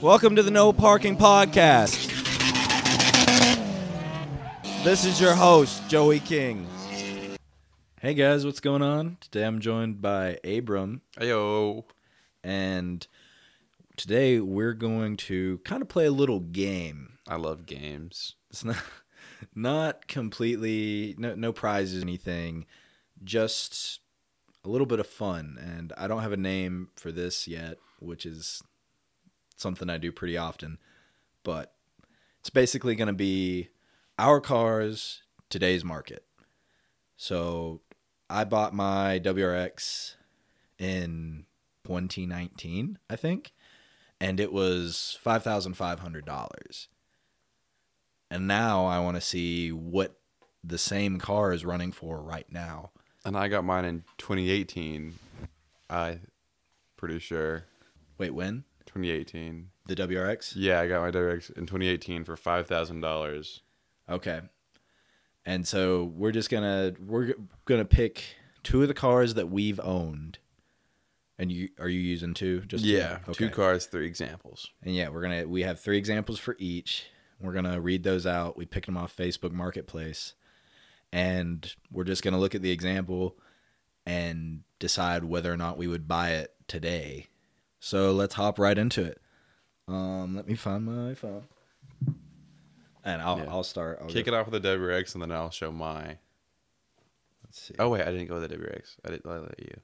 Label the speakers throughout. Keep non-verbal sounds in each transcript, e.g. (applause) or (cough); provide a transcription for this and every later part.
Speaker 1: Welcome to the No Parking Podcast. This is your host, Joey King. Hey guys, what's going on? Today I'm joined by Abram,
Speaker 2: Ayo.
Speaker 1: and today we're going to kind of play a little game.
Speaker 2: I love games.
Speaker 1: It's not (laughs) not completely no no prizes or anything, just a little bit of fun. And I don't have a name for this yet, which is something I do pretty often. But it's basically going to be our cars today's market. So I bought my WRX in 2019, I think, and it was five thousand five hundred dollars. And now I want to see what the same car is running for right now.
Speaker 2: And I got mine in 2018. I pretty sure
Speaker 1: Wait, when
Speaker 2: 2018.
Speaker 1: the WRX?
Speaker 2: Yeah, I got my WRX in 2018 for five thousand dollars.
Speaker 1: Okay. And so we're just gonna we're g- gonna pick two of the cars that we've owned. And you are you using two? Just two?
Speaker 2: two cars, three examples.
Speaker 1: And yeah, we're gonna we have three examples for each. We're gonna read those out. We picked them off Facebook Marketplace, and we're just gonna look at the example and decide whether or not we would buy it today. So let's hop right into it. Um, let me find my phone, and I'll
Speaker 2: Yeah.
Speaker 1: I'll start. I'll
Speaker 2: Kick it off with the WRX, and then I'll show my.
Speaker 1: Let's see.
Speaker 2: Oh wait, I didn't go with the WRX. I didn't I let you.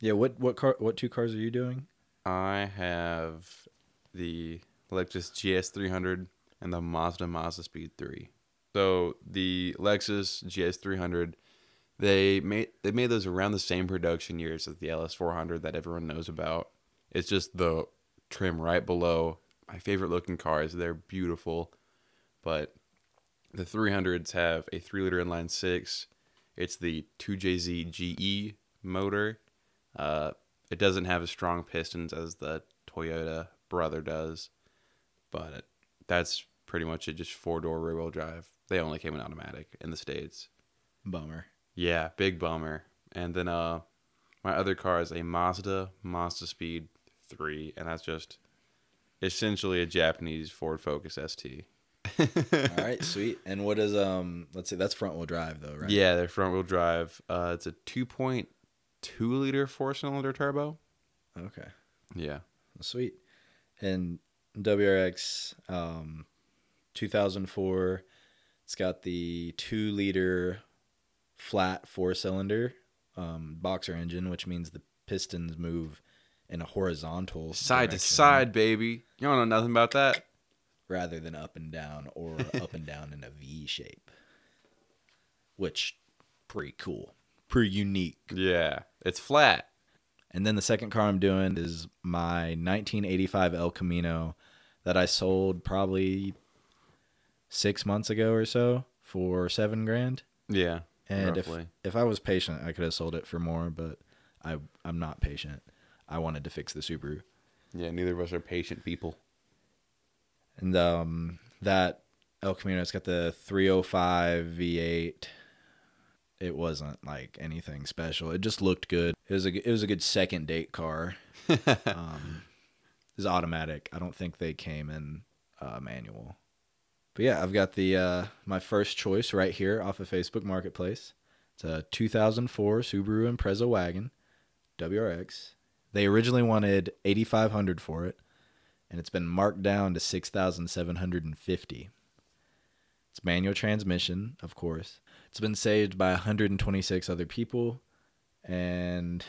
Speaker 1: Yeah, what what car? What two cars are you doing?
Speaker 2: I have the Lexus GS300 and the Mazda Mazda Speed 3. So the Lexus GS300, they made they made those around the same production years as the LS400 that everyone knows about. It's just the trim right below. My favorite looking cars. They're beautiful, but the 300s have a three liter inline six. It's the 2JZ GE E motor. Uh, it doesn't have as strong pistons as the Toyota brother does, but it, that's pretty much it. Just four door rear wheel drive. They only came in automatic in the states.
Speaker 1: Bummer.
Speaker 2: Yeah, big bummer. And then uh, my other car is a Mazda Mazda Speed three, and that's just essentially a Japanese Ford Focus ST.
Speaker 1: All (laughs) right, sweet. And what is um? Let's see. That's front wheel drive though, right?
Speaker 2: Yeah, they're front wheel drive. Uh, it's a 2.2 liter four cylinder turbo.
Speaker 1: Okay.
Speaker 2: Yeah.
Speaker 1: Sweet. And WRX um, 2004, it's got the two liter flat four cylinder um, boxer engine, which means the pistons move in a horizontal
Speaker 2: Side to
Speaker 1: direction
Speaker 2: side, baby. You don't know nothing about that.
Speaker 1: rather than up and down or
Speaker 2: (laughs)
Speaker 1: up and down in a V shape, which pretty cool, pretty unique.
Speaker 2: Yeah. It's flat.
Speaker 1: And then the second car I'm doing is my 1985 El Camino that I sold probably six months ago or so for seven grand.
Speaker 2: Yeah.
Speaker 1: And if,
Speaker 2: roughly.
Speaker 1: if I was patient, I could have sold it for more, but I, I'm not patient. I wanted to fix the Subaru.
Speaker 2: Yeah, neither of us are patient people. (laughs)
Speaker 1: And um, that El Camino, it's got the 305 V8. It wasn't like anything special. It just looked good. It was a g- it was a good second date car. um, it was automatic. I don't think they came in uh, manual. But yeah, I've got the uh, my first choice right here off of Facebook Marketplace. It's a 2004 Subaru Impreza wagon, WRX. They originally wanted 8,500 for it, and it's been marked down to 6,750. It's manual transmission, of course. It's been saved by 126 other people, and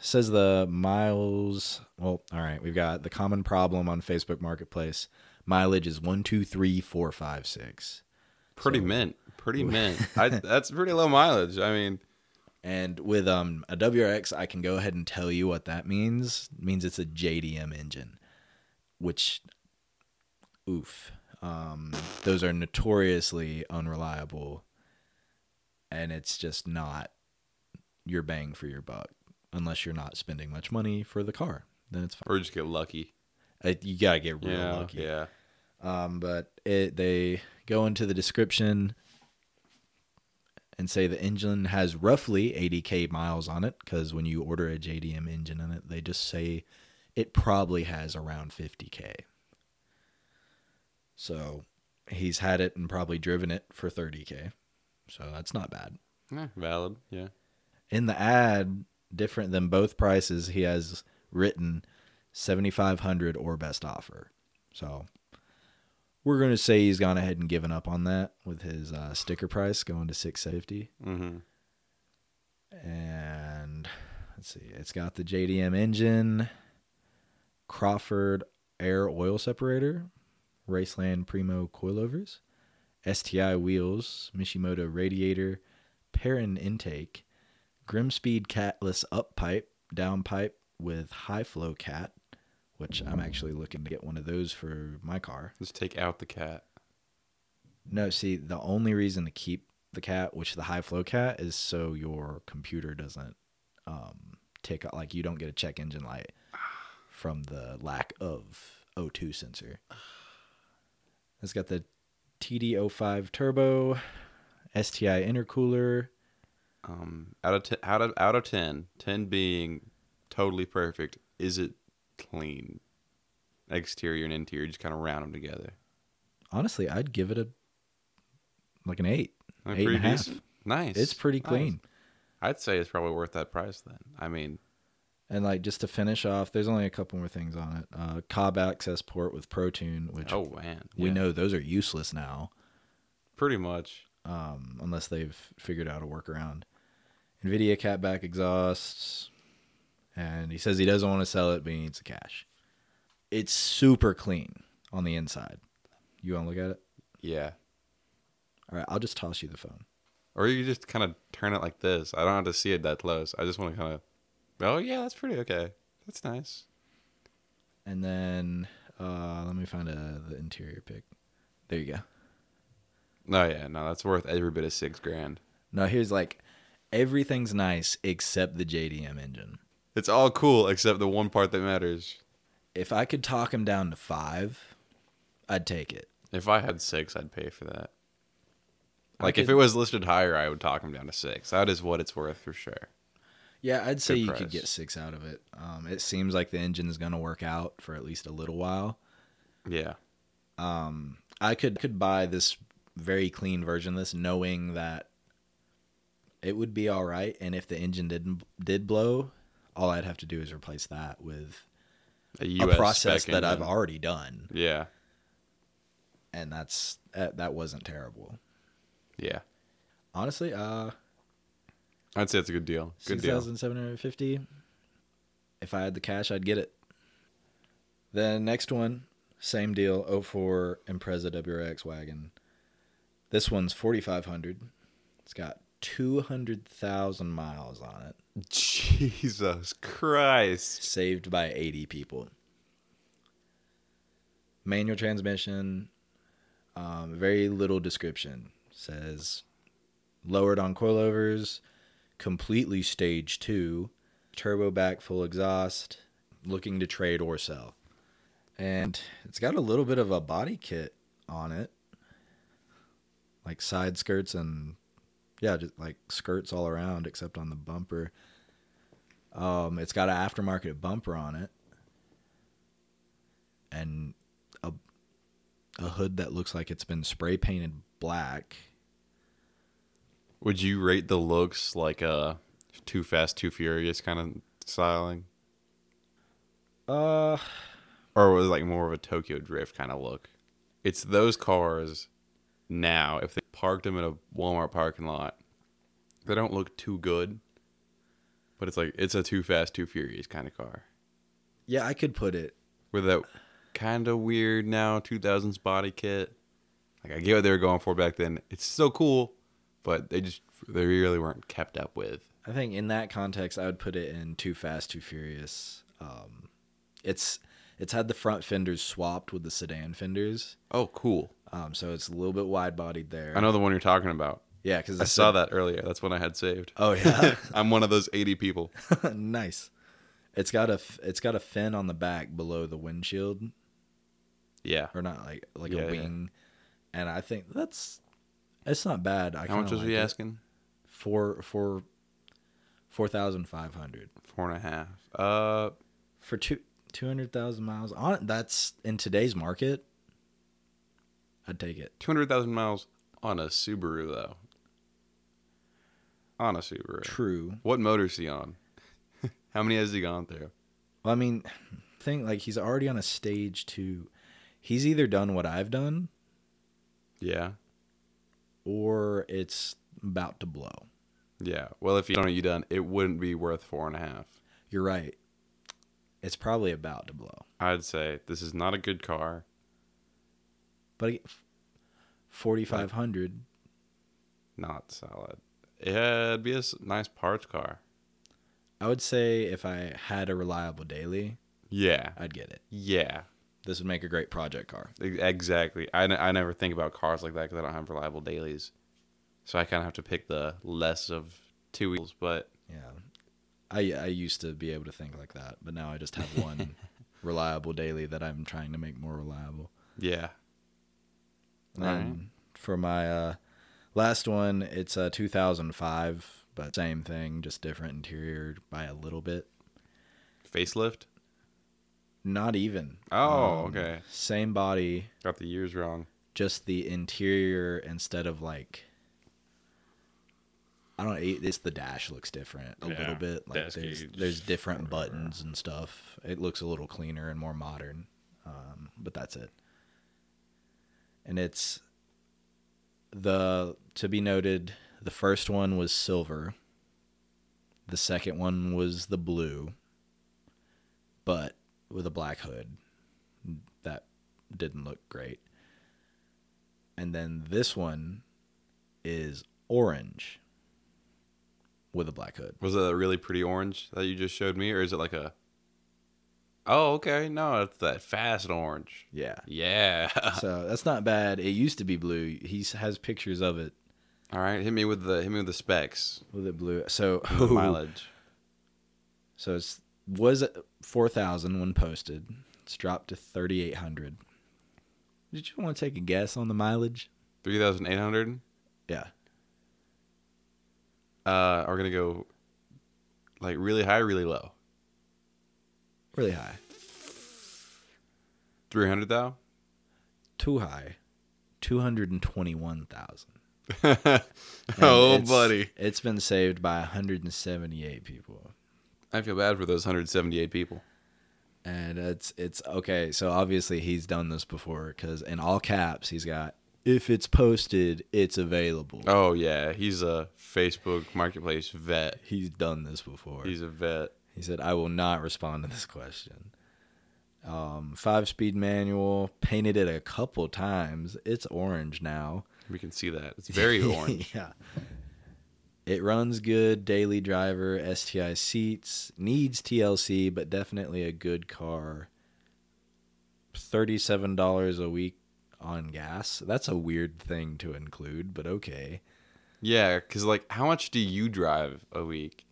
Speaker 1: says the miles. Well, all right, we've got the common problem on Facebook Marketplace. Mileage is one two three four five six.
Speaker 2: Pretty
Speaker 1: So-
Speaker 2: mint. (laughs) Pretty mint. I, that's pretty low mileage. I mean,
Speaker 1: And with um, a WRX, I can go ahead and tell you what that means. It means it's a JDM engine, which, oof, um, those are notoriously unreliable, and it's just not your bang for your buck unless you're not spending much money for the car. Then it's fine.
Speaker 2: or just get lucky.
Speaker 1: Uh, You gotta get real
Speaker 2: Yeah.
Speaker 1: lucky.
Speaker 2: Yeah.
Speaker 1: Um, but it, they go into the description and say the engine has roughly 80k miles on it because when you order a JDM engine in it, they just say it probably has around 50k. So he's had it and probably driven it for 30K. So that's not bad.
Speaker 2: Yeah, valid. Yeah.
Speaker 1: In the ad, different than both prices, he has written 7500 or best offer. So we're going to say he's gone ahead and given up on that with his uh, sticker price going to 650
Speaker 2: Mm-hmm.
Speaker 1: and let's see it's got the jdm engine crawford air oil separator raceland primo coilovers sti wheels mishimoto radiator perrin intake grimspeed catless up pipe down pipe with high flow cat which i'm actually looking to get one of those for my car
Speaker 2: Just take out the cat.
Speaker 1: no, see, the only reason to keep the cat, which the high flow cat, is so your computer doesn't um, take out, like you don't get a check engine light from the lack of O2 sensor. It's got the TD05 turbo, STI intercooler.
Speaker 2: Um, out of t- out of out of ten, ten being totally perfect. Is it clean? Exterior and interior, just kind of round them together.
Speaker 1: Honestly, I'd give it a like an eight.
Speaker 2: Like,
Speaker 1: Eight and a half.
Speaker 2: Nice.
Speaker 1: It's pretty
Speaker 2: Nice.
Speaker 1: clean.
Speaker 2: I'd say it's probably worth that price then. I mean,
Speaker 1: And like just to finish off, there's only a couple more things on it. Uh, Cobb access port with ProTune, which
Speaker 2: oh man,
Speaker 1: we
Speaker 2: Yeah.
Speaker 1: know those are useless now.
Speaker 2: pretty much.
Speaker 1: um, unless they've figured out a workaround. NVIDIA catback exhausts, and he says he doesn't want to sell it, but he needs the cash. It's super clean on the inside. You want to look at it?
Speaker 2: Yeah.
Speaker 1: All right, I'll just toss you the phone.
Speaker 2: Or you just kind of turn it like this. I don't have to see it that close. I just want to kind of. Oh yeah, that's pretty okay. That's nice.
Speaker 1: And then uh, let me find a, the interior pic. There you go.
Speaker 2: No, yeah, no, that's worth every bit of six grand.
Speaker 1: No, here's like everything's nice except the JDM engine.
Speaker 2: It's all cool except the one part that matters.
Speaker 1: If I could talk him down to five, I'd take it.
Speaker 2: If I had six, I'd pay for that.
Speaker 1: I
Speaker 2: Like if
Speaker 1: could-
Speaker 2: it was listed higher, I would talk him down to six. That is what it's worth for sure.
Speaker 1: Yeah, I'd say
Speaker 2: Good
Speaker 1: you could
Speaker 2: price.
Speaker 1: get six out of it. Um, it seems like the engine's going to work out for at least a little while.
Speaker 2: Yeah.
Speaker 1: Um, I could could buy this very clean version of this, knowing that it would be all right. And if the engine didn't did blow, all I'd have to do is replace that with
Speaker 2: A, US
Speaker 1: a process
Speaker 2: spec
Speaker 1: that I've
Speaker 2: engine.
Speaker 1: already done,
Speaker 2: Yeah.
Speaker 1: and that's that, that wasn't terrible.
Speaker 2: Yeah.
Speaker 1: Honestly, uh,
Speaker 2: I'd say it's a good deal. Good
Speaker 1: six
Speaker 2: deal.
Speaker 1: thousand seven hundred fifty. If I had the cash, I'd get it. The next one, same deal. 04 Impreza WRX wagon. This one's forty five hundred. It's got two hundred thousand miles on it,
Speaker 2: (laughs) Jesus Christ.
Speaker 1: saved by eighty people. Manual transmission. Um, very little description. Says lowered on coilovers, completely stage two, turbo back full exhaust, looking to trade or sell. And it's got a little bit of a body kit on it, like side skirts and yeah, just like skirts all around except on the bumper. Um, it's got an aftermarket bumper on it and a a hood that looks like it's been spray painted black
Speaker 2: Would you rate the looks like a too fast, too furious kind of styling?
Speaker 1: Uh,
Speaker 2: Or was it like more of a Tokyo Drift kind of look? It's those cars now, if they parked them in a Walmart parking lot, they don't look too good. But it's like it's a too fast, too furious kind of car.
Speaker 1: yeah, I could put it.
Speaker 2: With that kind of weird now 2000s body kit. Like I get what they were going for back then. It's still cool, but they just they really weren't kept up with.
Speaker 1: I think in that context, I would put it in Too Fast, Too Furious. Um, it's it's had the front fenders swapped with the sedan fenders,
Speaker 2: Oh, cool.
Speaker 1: um, so it's a little bit wide bodied there.
Speaker 2: I know the one you're talking about.
Speaker 1: Yeah, because
Speaker 2: I saw that earlier. That's one I had saved. (laughs)
Speaker 1: Oh yeah, (laughs)
Speaker 2: I'm one of those 80 people.
Speaker 1: nice. It's got a f- it's got a fin on the back below the windshield,
Speaker 2: Yeah.
Speaker 1: or not like like
Speaker 2: Yeah,
Speaker 1: a
Speaker 2: yeah.
Speaker 1: wing, and I think that's it's not bad. I
Speaker 2: How much
Speaker 1: kinda
Speaker 2: was
Speaker 1: like
Speaker 2: he
Speaker 1: it.
Speaker 2: asking?
Speaker 1: Four four four thousand five hundred.
Speaker 2: Four and a half. Uh,
Speaker 1: for two two hundred thousand miles on that's in today's market I'd take it.
Speaker 2: 200,000 miles on a Subaru, though. On a Subaru.
Speaker 1: True.
Speaker 2: What motor's he on? (laughs) How many has he gone through?
Speaker 1: Well, I mean, (sighs) think like he's already on a stage to. He's either done what I've done
Speaker 2: Yeah.
Speaker 1: or it's about to blow.
Speaker 2: Yeah. Well, if you don't, you done. It wouldn't be worth four and a half.
Speaker 1: You're right. It's probably about to blow.
Speaker 2: I'd say this is not a good car.
Speaker 1: But 4500
Speaker 2: Not solid. Yeah, it'd be a s- nice parts car.
Speaker 1: I would say if I had a reliable daily,
Speaker 2: Yeah.
Speaker 1: I'd get it.
Speaker 2: Yeah.
Speaker 1: This would make a great project car.
Speaker 2: Ex- Exactly. I, n- I never think about cars like that because I don't have reliable dailies. So I kind of have to pick the less of two evils. But
Speaker 1: Yeah. I I used to be able to think like that, but now I just have one reliable daily that I'm trying to make more reliable.
Speaker 2: yeah.
Speaker 1: And
Speaker 2: Alright.
Speaker 1: for my uh, last one, it's a 2005, but same thing, just different interior by a little bit.
Speaker 2: Facelift?
Speaker 1: Not even. Um,
Speaker 2: Oh, okay.
Speaker 1: Same body,
Speaker 2: Got the years wrong.
Speaker 1: just the interior instead of like I don't know, it- it's the dash looks different a
Speaker 2: Yeah,
Speaker 1: little bit. Like
Speaker 2: dash
Speaker 1: there's
Speaker 2: gauge.
Speaker 1: there's different buttons and stuff. It looks a little cleaner and more modern. Um, but that's it. And it's the to be noted, the first one was silver. The second one was the blue, but with a black hood. That didn't look great. And then this one is orange with a black hood.
Speaker 2: Was that a really pretty orange that you just showed me, or is it like a? Oh, okay. No, it's that fast orange.
Speaker 1: Yeah.
Speaker 2: Yeah. (laughs)
Speaker 1: So that's not bad. It used to be blue. He s- has pictures of it
Speaker 2: All right, hit me with the hit me with the specs,
Speaker 1: with it blue. So (laughs)
Speaker 2: the mileage.
Speaker 1: So it's was at 4000 when posted. It's dropped to 3800. Did you want to take a guess on the mileage?
Speaker 2: Three thousand eight hundred.
Speaker 1: Yeah.
Speaker 2: Uh, are gonna go like really high, really low.
Speaker 1: Really high.
Speaker 2: Three hundred though. (laughs)
Speaker 1: Too high. 221,000. And
Speaker 2: oh,
Speaker 1: it's-
Speaker 2: buddy.
Speaker 1: It's been saved by 178 people.
Speaker 2: I feel bad for those hundred seventy-eight people.
Speaker 1: And it's it's okay. So obviously he's done this before cuz in all caps he's got if it's posted, it's available.
Speaker 2: Oh yeah, he's a Facebook Marketplace vet.
Speaker 1: He's done this before.
Speaker 2: He's a vet.
Speaker 1: He said, I will not respond to this question. Um, five speed manual, painted it a couple times. It's orange now.
Speaker 2: We can see that. It's (laughs) very orange.
Speaker 1: (laughs) yeah. It runs good, daily driver, STI seats, needs TLC, but definitely a good car. $37 a week on gas. That's a weird thing to include, but okay.
Speaker 2: Yeah, because like, how much do you drive a week?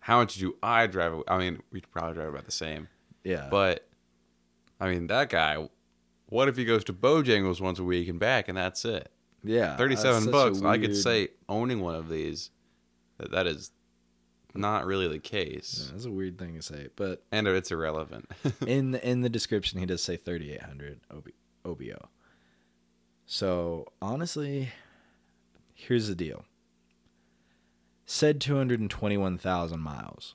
Speaker 2: How much do I drive? A week? I mean, we probably drive about the same,
Speaker 1: Yeah.
Speaker 2: but I mean, that guy. What if he goes to Bojangles once a week and back, and that's it?
Speaker 1: yeah. that's
Speaker 2: Thirty-seven
Speaker 1: such a
Speaker 2: bucks. I could
Speaker 1: weird-
Speaker 2: say owning one of these, that, that is not really the case,
Speaker 1: Yeah, that's a weird thing to say, but
Speaker 2: and it's irrelevant.
Speaker 1: in the, in the description he does say 3800 OB, OBO. So, honestly, here's the deal. Said 221,000 miles.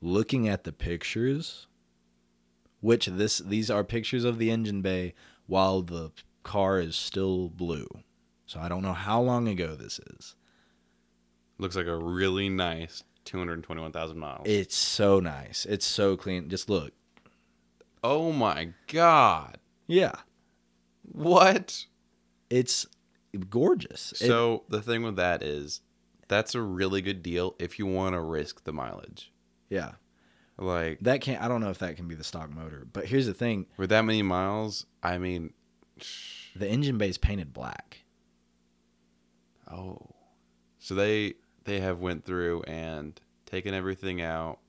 Speaker 1: Looking at the pictures, which this these are pictures of the engine bay while the car is still blue. So I don't know how long ago this is.
Speaker 2: Looks like a really nice two hundred twenty-one thousand miles.
Speaker 1: It's so nice. It's so clean. Just look.
Speaker 2: oh my god!
Speaker 1: Yeah.
Speaker 2: What?
Speaker 1: It's gorgeous. It-
Speaker 2: So the thing with that is, that's a really good deal if you want to risk the mileage.
Speaker 1: yeah.
Speaker 2: Like
Speaker 1: That can't. I don't know if that can be the stock motor. But here's the thing:
Speaker 2: with that many miles, I mean, (sighs)
Speaker 1: the engine bay is painted black.
Speaker 2: oh, so they they have went through and taken everything out,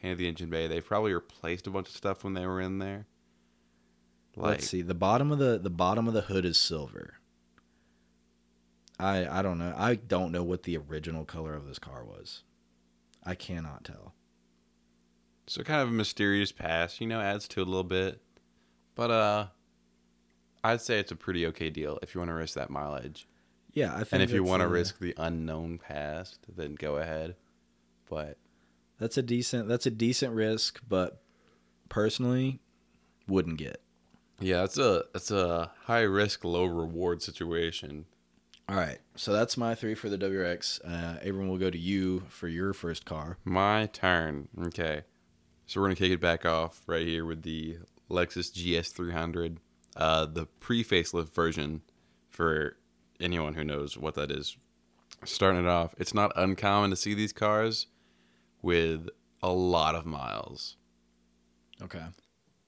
Speaker 2: painted the engine bay. They probably replaced a bunch of stuff when they were in there. Like
Speaker 1: Let's see. The bottom of the the bottom of the hood is silver. I I don't know. I don't know what the original color of this car was. I cannot tell.
Speaker 2: so, kind of a mysterious past, you know, adds to it a little bit. But uh, I'd say it's a pretty okay deal if you want to risk that mileage.
Speaker 1: Yeah, I think.
Speaker 2: And if you
Speaker 1: that's
Speaker 2: want to
Speaker 1: a-
Speaker 2: risk the unknown past, then go ahead. But
Speaker 1: that's a decent that's a decent risk, but personally, wouldn't get.
Speaker 2: yeah, it's a it's a high risk, low reward situation.
Speaker 1: All right, so that's my three for the WRX. Uh, Abram will go to you for your first car.
Speaker 2: My turn. Okay. So we're going to kick it back off right here with the Lexus GS300, uh, the pre facelift version for anyone who knows what that is. Starting it off, it's not uncommon to see these cars with a lot of miles.
Speaker 1: Okay.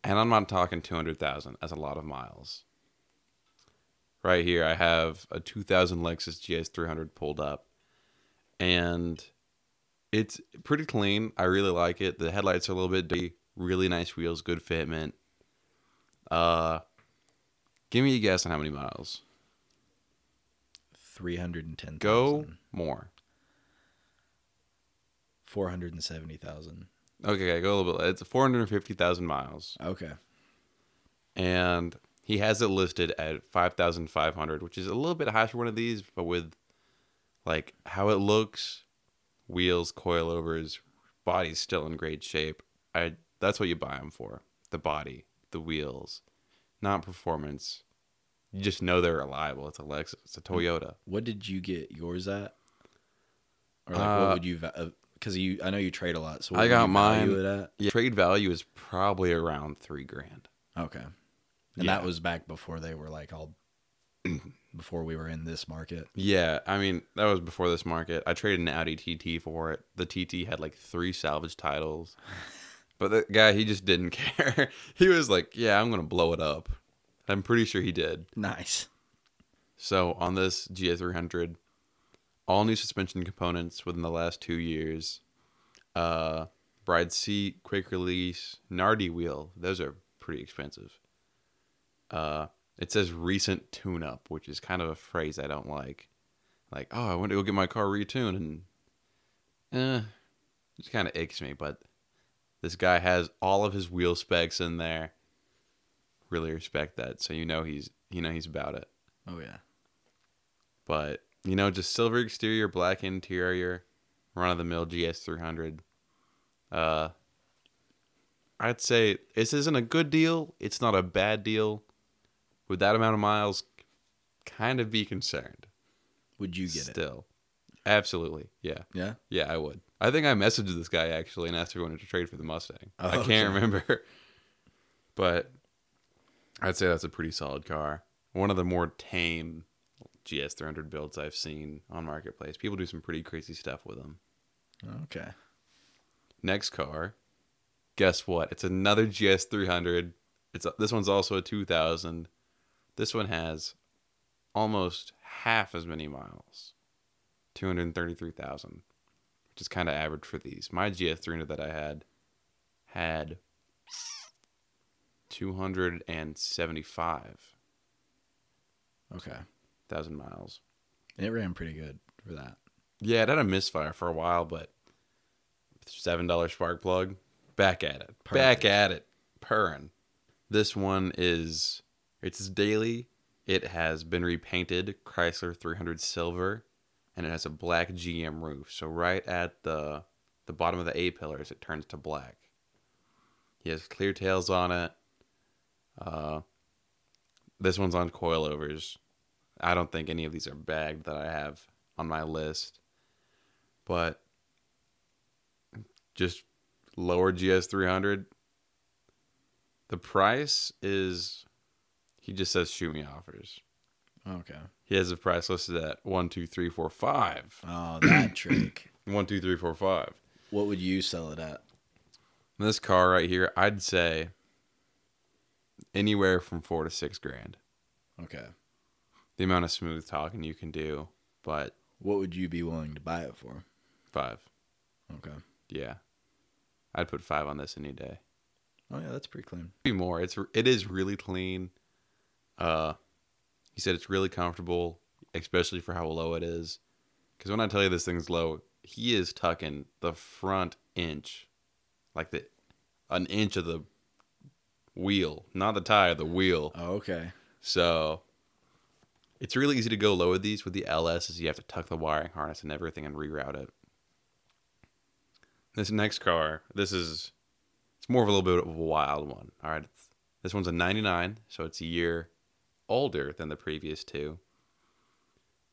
Speaker 2: And I'm not talking 200,000, that's a lot of miles. Right here, I have a 2000 Lexus GS300 pulled up, and it's pretty clean. I really like it. The headlights are a little bit dirty, really nice wheels, good fitment. Uh, give me a guess on how many miles.
Speaker 1: Three hundred and ten.
Speaker 2: Go more.
Speaker 1: Four hundred and seventy thousand.
Speaker 2: Okay, go a little bit. It's 450,000 miles.
Speaker 1: Okay.
Speaker 2: and he has it listed at 5500 which is a little bit high for one of these but with like how it looks wheels coilovers body's still in great shape i that's what you buy them for the body the wheels not performance you just know they're reliable it's a lexus it's a toyota
Speaker 1: What did you get yours at? Or like,
Speaker 2: Uh,
Speaker 1: what would you? Because you, I know you trade a lot. So
Speaker 2: I
Speaker 1: what would
Speaker 2: got
Speaker 1: you value
Speaker 2: mine-
Speaker 1: It
Speaker 2: yeah. trade value is probably around three grand
Speaker 1: at? Okay. And
Speaker 2: Yeah.
Speaker 1: that was back before they were like all. (clears throat) before we were in this market.
Speaker 2: Yeah, I mean that was before this market. I traded an Audi TT for it. The TT had like three salvage titles, but the guy he just didn't (laughs) care. he was like, "Yeah, I'm gonna blow it up." I'm pretty sure he did.
Speaker 1: Nice.
Speaker 2: So on this GA300, all new suspension components within the last two years. Uh, bride seat, quick release, Nardi wheel. Those are pretty expensive. Uh, it says recent tune up, which is kind of a phrase I don't like. Like, oh, I went to go get my car retuned, and eh, it kind of aches me. But this guy has all of his wheel specs in there. Really respect that. So you know he's you know he's about it
Speaker 1: Oh yeah.
Speaker 2: but you know, just silver exterior, black interior, run of the mill GS three hundred. Uh, I'd say this isn't a good deal. It's not a bad deal. With that amount of miles, kind of be concerned.
Speaker 1: Would you get it?
Speaker 2: still, absolutely, yeah,
Speaker 1: Yeah.
Speaker 2: yeah, I would. I think I messaged this guy actually and asked if he wanted to trade for the Mustang.
Speaker 1: Oh,
Speaker 2: I can't
Speaker 1: okay.
Speaker 2: remember, (laughs) but I'd say that's a pretty solid car. One of the more tame GS 300 builds I've seen on marketplace. People do some pretty crazy stuff with them.
Speaker 1: Okay.
Speaker 2: Next car, guess what? It's another GS 300. It's this one's also a 2000. This one has almost half as many miles, 233,000, which is kind of average for these. My GS 300 that I had had 275,000
Speaker 1: Okay.
Speaker 2: miles.
Speaker 1: It ran pretty good for that.
Speaker 2: Yeah, it had a misfire for a while, but seven dollar spark plug. Back at it.
Speaker 1: Perfect.
Speaker 2: Back at it. Purring. This one is it's daily. It has been repainted Chrysler 300 silver, and it has a black GM roof. So right at the the bottom of the A pillars, it turns to black. He has clear tails on it. Uh, this one's on coilovers. I don't think any of these are bagged that I have on my list, but just lower GS 300. The price is, he just says shoot me offers.
Speaker 1: Okay.
Speaker 2: He has a price listed at one two three four five.
Speaker 1: Oh, that
Speaker 2: (clears throat)
Speaker 1: trick.
Speaker 2: One two three four five.
Speaker 1: What would you sell it at?
Speaker 2: This car right here, I'd say anywhere from four to six grand.
Speaker 1: Okay.
Speaker 2: The amount of smooth talking you can do, but
Speaker 1: What would you be willing to buy it for?
Speaker 2: five.
Speaker 1: Okay.
Speaker 2: Yeah, I'd put five on this any day.
Speaker 1: Oh yeah, that's pretty clean.
Speaker 2: be more. It's it is really clean. Uh, he said it's really comfortable, especially for how low it is. Because when I tell you this thing's low, he is tucking the front inch, like the an inch of the wheel, not the tire, the wheel.
Speaker 1: Oh, okay.
Speaker 2: So it's really easy to go low with these. With the LS, is you have to tuck the wiring harness and everything and reroute it. This next car, this is it's more of a little bit of a wild one. All right, it's, this one's a '99, so it's a year older than the previous two.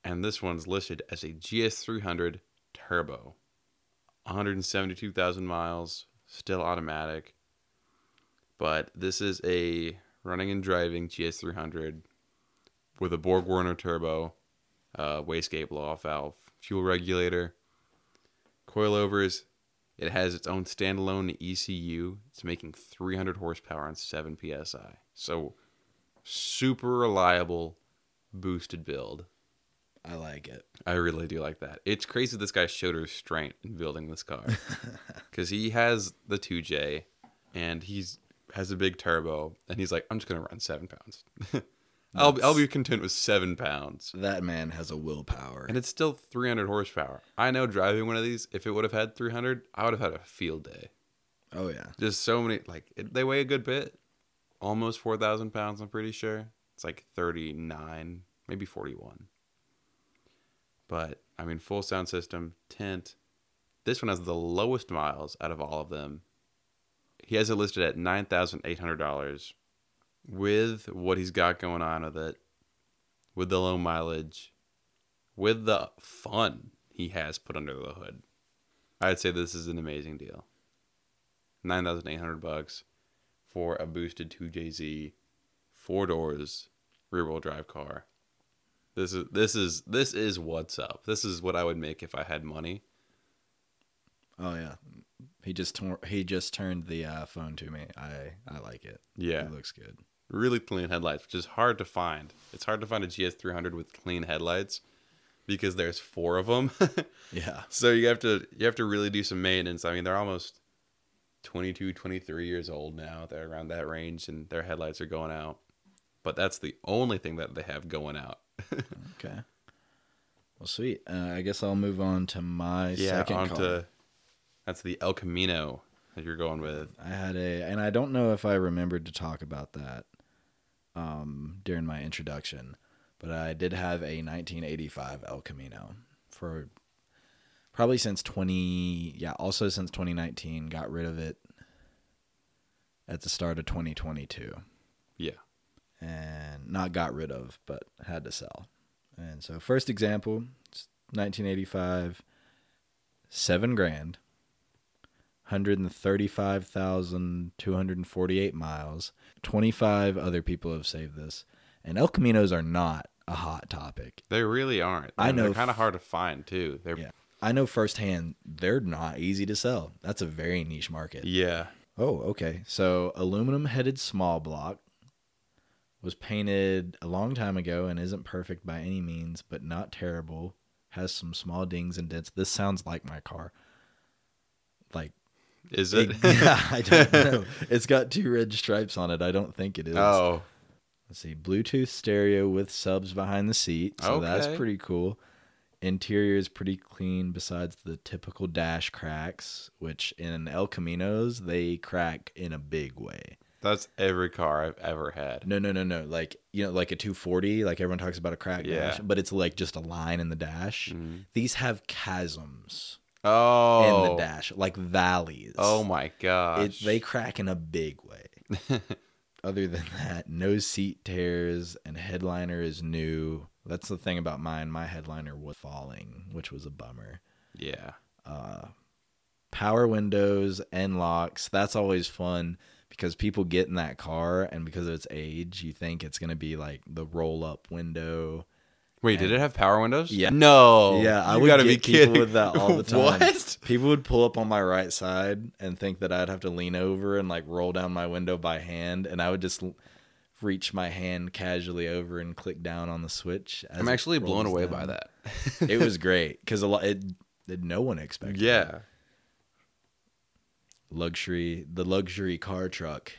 Speaker 2: And this one's listed as a GS300 Turbo, 172,000 miles, still automatic. But this is a running and driving GS300 with a Borg Warner turbo, uh, wastegate blow off valve, fuel regulator, coilovers. It has its own standalone ECU. It's making 300 horsepower and 7 psi. So super reliable boosted build.
Speaker 1: I like it.
Speaker 2: I really do like that. It's crazy this guy showed restraint in building this car because he has the 2J and he's has a big turbo and he's like, I'm just gonna run seven pounds. (laughs) I'll I'll be content with seven pounds.
Speaker 1: That man has a willpower.
Speaker 2: And it's still 300 horsepower. I know driving one of these, if it would have had 300, I would have had a field day.
Speaker 1: Oh yeah.
Speaker 2: Just so many, like it, they weigh a good bit, almost 4,000 pounds. I'm pretty sure it's like 39, maybe 41. But I mean, full sound system, tent. This one has the lowest miles out of all of them. He has it listed at nine thousand eight hundred dollars. With what he's got going on with it, with the low mileage, with the fun he has put under the hood, I'd say this is an amazing deal. Nine thousand eight hundred bucks for a boosted two JZ, four doors, rear wheel drive car. This is this is this is what's up. This is what I would make if I had money.
Speaker 1: Oh yeah. He just tor- he just turned the uh, phone to me. I I like it.
Speaker 2: Yeah.
Speaker 1: It looks good.
Speaker 2: Really clean headlights, which is hard to find. It's hard to find a GS300 with clean headlights because there's four of them.
Speaker 1: Yeah.
Speaker 2: (laughs) so you have to you have to really do some maintenance. I mean, they're almost 22, 23 years old now. They're around that range and their headlights are going out. But that's the only thing that they have going out.
Speaker 1: Okay. Well, sweet. Uh, I guess I'll move on to my second
Speaker 2: onto-
Speaker 1: car.
Speaker 2: that's the El Camino that you're going with.
Speaker 1: I had a, and I don't know if I remembered to talk about that um, during my introduction, but I did have a 1985 El Camino for probably since 20, yeah, also since 2019. Got rid of it at the start of 2022
Speaker 2: Yeah.
Speaker 1: and not got rid of, but had to sell. And so, first example, it's 1985, seven grand, 135,248 miles. 25 other people have saved this. And El Caminos are not a hot topic.
Speaker 2: They really aren't.
Speaker 1: I
Speaker 2: And They're
Speaker 1: know
Speaker 2: kind of
Speaker 1: f-
Speaker 2: hard to find too. They're yeah.
Speaker 1: Yeah. I know firsthand they're not easy to sell. That's a very niche market. Oh, okay. So aluminum headed small block was painted a long time ago and isn't perfect by any means, but not terrible. Has some small dings and dents. This sounds like my car. Like
Speaker 2: Is it?
Speaker 1: (laughs)
Speaker 2: (laughs)
Speaker 1: yeah, I don't know. It's got two red stripes on it. I don't think it is.
Speaker 2: oh,
Speaker 1: Let's see. Bluetooth stereo with subs behind the seat. So that's
Speaker 2: Okay.
Speaker 1: pretty cool. Interior is pretty clean besides the typical dash cracks, which in El Caminos they crack in a big way.
Speaker 2: that's every car I've ever had.
Speaker 1: No, no, no, no. Like, you know, like a 240, like everyone talks about a crack
Speaker 2: Yeah. Mm-hmm.
Speaker 1: dash, but it's like just a line in the dash. These have chasms
Speaker 2: Oh.
Speaker 1: in the dash, like valleys.
Speaker 2: Oh my
Speaker 1: it,
Speaker 2: gosh.
Speaker 1: they crack in a big way. Other than that, no seat tears and headliner is new. That's the thing about mine. My headliner was falling, which was a bummer. Uh,
Speaker 2: yeah.
Speaker 1: Power windows and locks. That's always fun because people get in that car and because of its age, you think it's going to be like the roll up window.
Speaker 2: Wait, did it have power windows?
Speaker 1: Yeah.
Speaker 2: No.
Speaker 1: yeah, I
Speaker 2: You
Speaker 1: would
Speaker 2: gotta
Speaker 1: get
Speaker 2: be
Speaker 1: people
Speaker 2: kidding.
Speaker 1: with that all the time.
Speaker 2: (laughs) What?
Speaker 1: People would pull up on my right side and think that I'd have to lean over and like roll down my window by hand, and I would just l- reach my hand casually over and click down on the switch. as
Speaker 2: I'm
Speaker 1: it
Speaker 2: actually blown
Speaker 1: rolls
Speaker 2: away
Speaker 1: down. (laughs)
Speaker 2: by that.
Speaker 1: it
Speaker 2: (laughs)
Speaker 1: was great because a lot it, it no one expected. it.
Speaker 2: yeah.
Speaker 1: luxury the luxury car truck,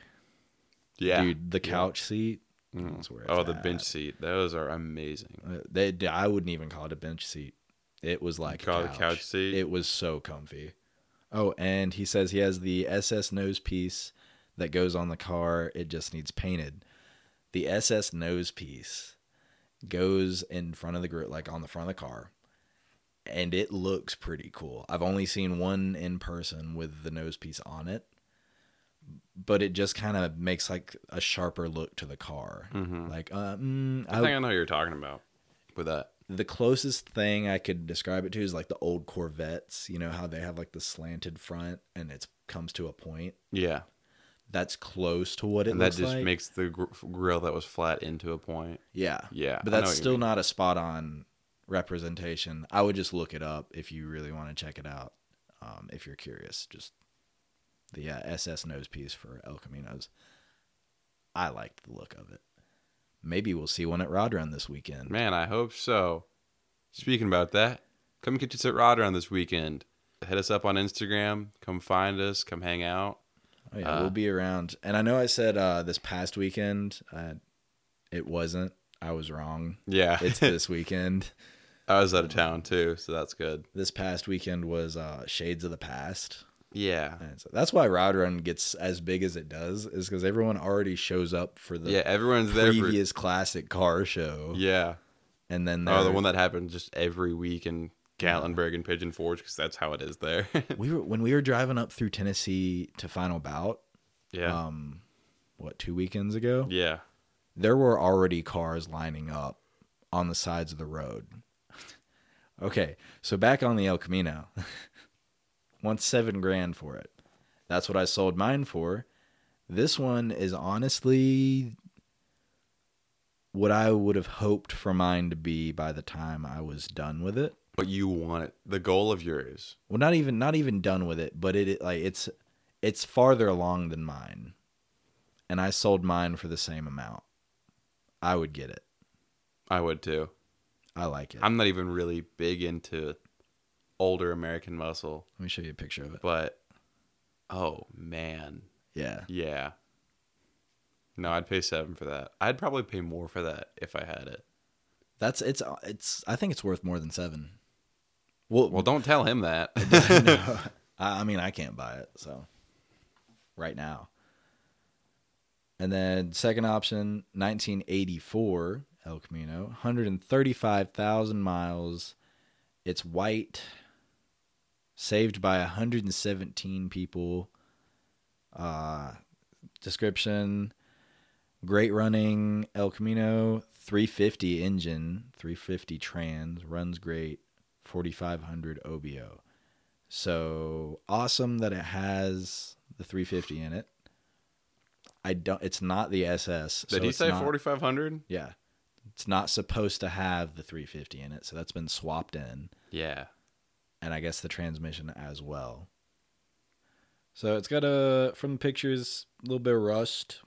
Speaker 2: Yeah.
Speaker 1: dude. The
Speaker 2: Yeah.
Speaker 1: couch seat.
Speaker 2: Mm.
Speaker 1: that's where it's
Speaker 2: Oh, the
Speaker 1: at.
Speaker 2: bench seat. Those are amazing.
Speaker 1: Uh, They, I wouldn't even call it a bench seat. It was like
Speaker 2: Call it a couch seat?
Speaker 1: It was so comfy. Oh, and he says he has the SS nose piece that goes on the car. It just needs painted. the SS nose piece goes in front of the gr like on the front of the car, and it looks pretty cool. I've only seen one in person with the nose piece on it, but it just kind of makes like a sharper look to the car.
Speaker 2: Mhm.
Speaker 1: Like, uh, mm,
Speaker 2: I think I know what you're talking about with that.
Speaker 1: the closest thing I could describe it to is like the old Corvettes. You know how they have like the slanted front and it comes to a point.
Speaker 2: Yeah,
Speaker 1: That's close to what it
Speaker 2: and that
Speaker 1: looks
Speaker 2: just
Speaker 1: like.
Speaker 2: makes the gr- grill that was flat into a point.
Speaker 1: yeah,
Speaker 2: Yeah,
Speaker 1: but
Speaker 2: I know
Speaker 1: that's
Speaker 2: what you
Speaker 1: still
Speaker 2: mean.
Speaker 1: not a spot on representation. I would just look it up if you really want to check it out. Um, if you're curious, just the uh, SS nose piece for El Caminos. I liked the look of it. Maybe we'll see one at Rod Run this weekend.
Speaker 2: Man, I hope so. Speaking about that, come catch us at Rod Run this weekend. Hit us up on Instagram. Come find us. Come hang out.
Speaker 1: Oh yeah,
Speaker 2: Uh,
Speaker 1: we'll be around. And I know I said uh, this past weekend, uh, it wasn't. I was wrong.
Speaker 2: Yeah, (laughs)
Speaker 1: It's this weekend.
Speaker 2: I was out of town too, so that's good.
Speaker 1: This past weekend was uh, Shades of the Past.
Speaker 2: Yeah,
Speaker 1: And so that's why Rod Run gets as big as it does, is because everyone already shows up for the
Speaker 2: yeah. Everyone's there. For,
Speaker 1: previous classic car show.
Speaker 2: yeah.
Speaker 1: And then
Speaker 2: Oh, the
Speaker 1: there-
Speaker 2: one that happened just every week in Gatlinburg and Pigeon Forge, because that's how it is there. (laughs)
Speaker 1: we were when we were driving up through Tennessee to Final Bout,
Speaker 2: yeah.
Speaker 1: um, what, two weekends ago?
Speaker 2: yeah.
Speaker 1: there were already cars lining up on the sides of the road. okay, so back on the El Camino. (laughs) Wants seven grand for it. That's what I sold mine for. This one is honestly what I would have hoped for mine to be by the time I was done with it.
Speaker 2: What you want, it- the goal of yours.
Speaker 1: Well, not even not even done with it, but it, it like it's it's farther along than mine. And I sold mine for the same amount. I would get it.
Speaker 2: I would too.
Speaker 1: I like it.
Speaker 2: I'm not even really big into older American muscle,
Speaker 1: Let me show you a picture of it.
Speaker 2: but oh man,
Speaker 1: Yeah.
Speaker 2: yeah. No, I'd pay seven for that. I'd probably pay more for that if I had it.
Speaker 1: That's it's it's I think it's worth more than (laughs) 7. Well,
Speaker 2: Well, don't tell
Speaker 1: (laughs)
Speaker 2: him that. (laughs)
Speaker 1: no. I, I mean, I can't buy it, so right now. And then second option, 1984 El Camino, 135,000 miles. It's white, saved by 117 people. Uh, description: Great running El Camino, 350 engine, 350 trans, runs great, 4500 OBO. So awesome that it has the 350 in it. I don't. It's not the SS.
Speaker 2: Did
Speaker 1: so
Speaker 2: he
Speaker 1: it's
Speaker 2: say
Speaker 1: not-
Speaker 2: 4,500?
Speaker 1: Yeah, it's not supposed to have the 350 in it, so that's been swapped in,
Speaker 2: Yeah.
Speaker 1: and I guess the transmission as well. So it's got a from the pictures a little bit of rust.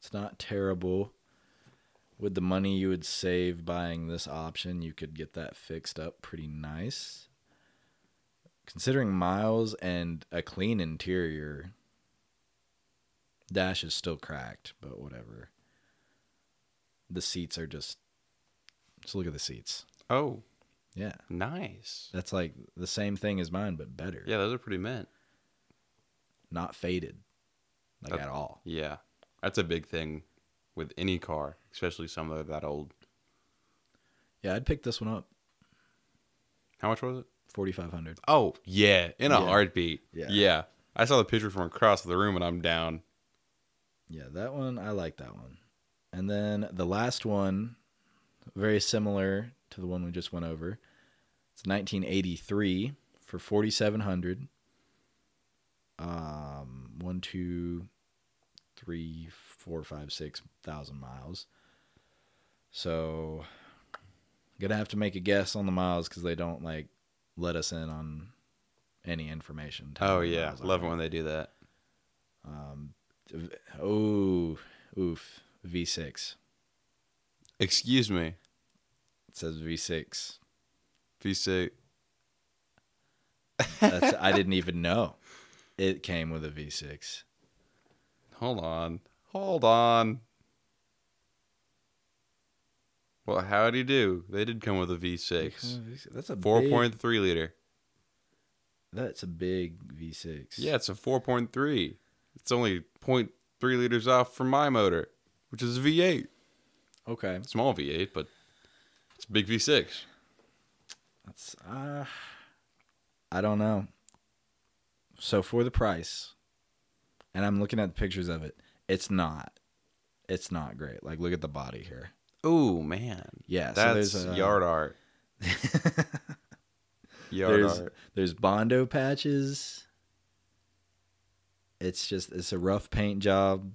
Speaker 1: It's not terrible. With the money you would save buying this option, you could get that fixed up pretty nice. Considering miles and a clean interior, dash is still cracked, but whatever. The seats are just just look at the seats.
Speaker 2: Oh,
Speaker 1: Yeah.
Speaker 2: nice.
Speaker 1: That's like the same thing as mine but better.
Speaker 2: Yeah, those are pretty mint.
Speaker 1: Not faded. Like
Speaker 2: That's-
Speaker 1: at all.
Speaker 2: Yeah. That's a big thing with any car, especially some that are that old.
Speaker 1: Yeah, I'd pick this one up.
Speaker 2: How much was it?
Speaker 1: 4500.
Speaker 2: Oh, yeah. In a
Speaker 1: Yeah.
Speaker 2: heartbeat.
Speaker 1: Yeah.
Speaker 2: Yeah. I saw the picture from across the room and I'm down.
Speaker 1: Yeah, that one I like that one. And then the last one, very similar to the one we just went over. It's 1983 for 4700. Um, one, two, three, four, five, six thousand miles. So, gonna have to make a guess on the miles because they don't like let us in on any information.
Speaker 2: Oh, yeah.
Speaker 1: Miles are.
Speaker 2: Love it when they do that.
Speaker 1: Um, v- oh, oof. V6.
Speaker 2: Excuse me.
Speaker 1: It says V6.
Speaker 2: V6.
Speaker 1: That's, I didn't even know it came with a V6.
Speaker 2: Hold on. Hold on. Well, how'd you do? They did come with a
Speaker 1: Mm-hmm.
Speaker 2: V6.
Speaker 1: That's a big-
Speaker 2: 4.3 liter.
Speaker 1: That's a big V6.
Speaker 2: Yeah, it's a 4.3. It's only 0.3 liters off from my motor, which is a V8.
Speaker 1: Okay.
Speaker 2: Small V8, but it's a big V6.
Speaker 1: That's uh I don't know. So for the price, and I'm looking at the pictures of it, it's not. It's not great. Like look at the body here.
Speaker 2: Oh man,
Speaker 1: Yeah, so
Speaker 2: that's
Speaker 1: there's a-
Speaker 2: yard art.
Speaker 1: (laughs)
Speaker 2: yard
Speaker 1: there's
Speaker 2: art.
Speaker 1: there's bondo patches. It's just it's a rough paint job.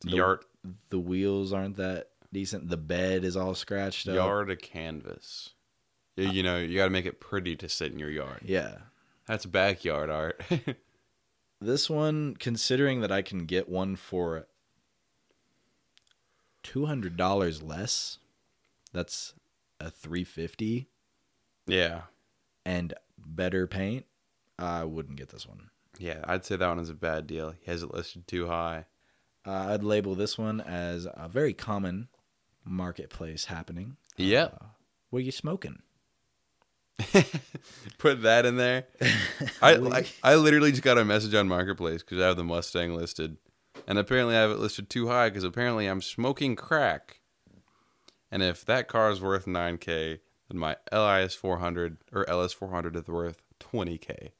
Speaker 1: the-
Speaker 2: yard
Speaker 1: The wheels aren't that decent. The bed is all scratched up.
Speaker 2: yard of canvas. You, you know, you got to make it pretty to sit in your yard.
Speaker 1: Yeah.
Speaker 2: That's backyard art. (laughs)
Speaker 1: This one, considering that I can get one for two hundred dollars less, that's a three fifty
Speaker 2: yeah,
Speaker 1: and better paint. I wouldn't get this one.
Speaker 2: yeah. I'd say that one is a bad deal. He has it listed too high.
Speaker 1: Uh, I'd label this one as a very common marketplace happening.
Speaker 2: Yep.
Speaker 1: What are you smoking?
Speaker 2: (laughs) Put that in there.
Speaker 1: (laughs)
Speaker 2: I
Speaker 1: Will you-
Speaker 2: like. I literally just got a message on Marketplace because I have the Mustang listed, and apparently I have it listed too high because apparently I'm smoking crack. And if that car is worth nine k, then my LIS four hundred or LS four hundred is worth twenty k.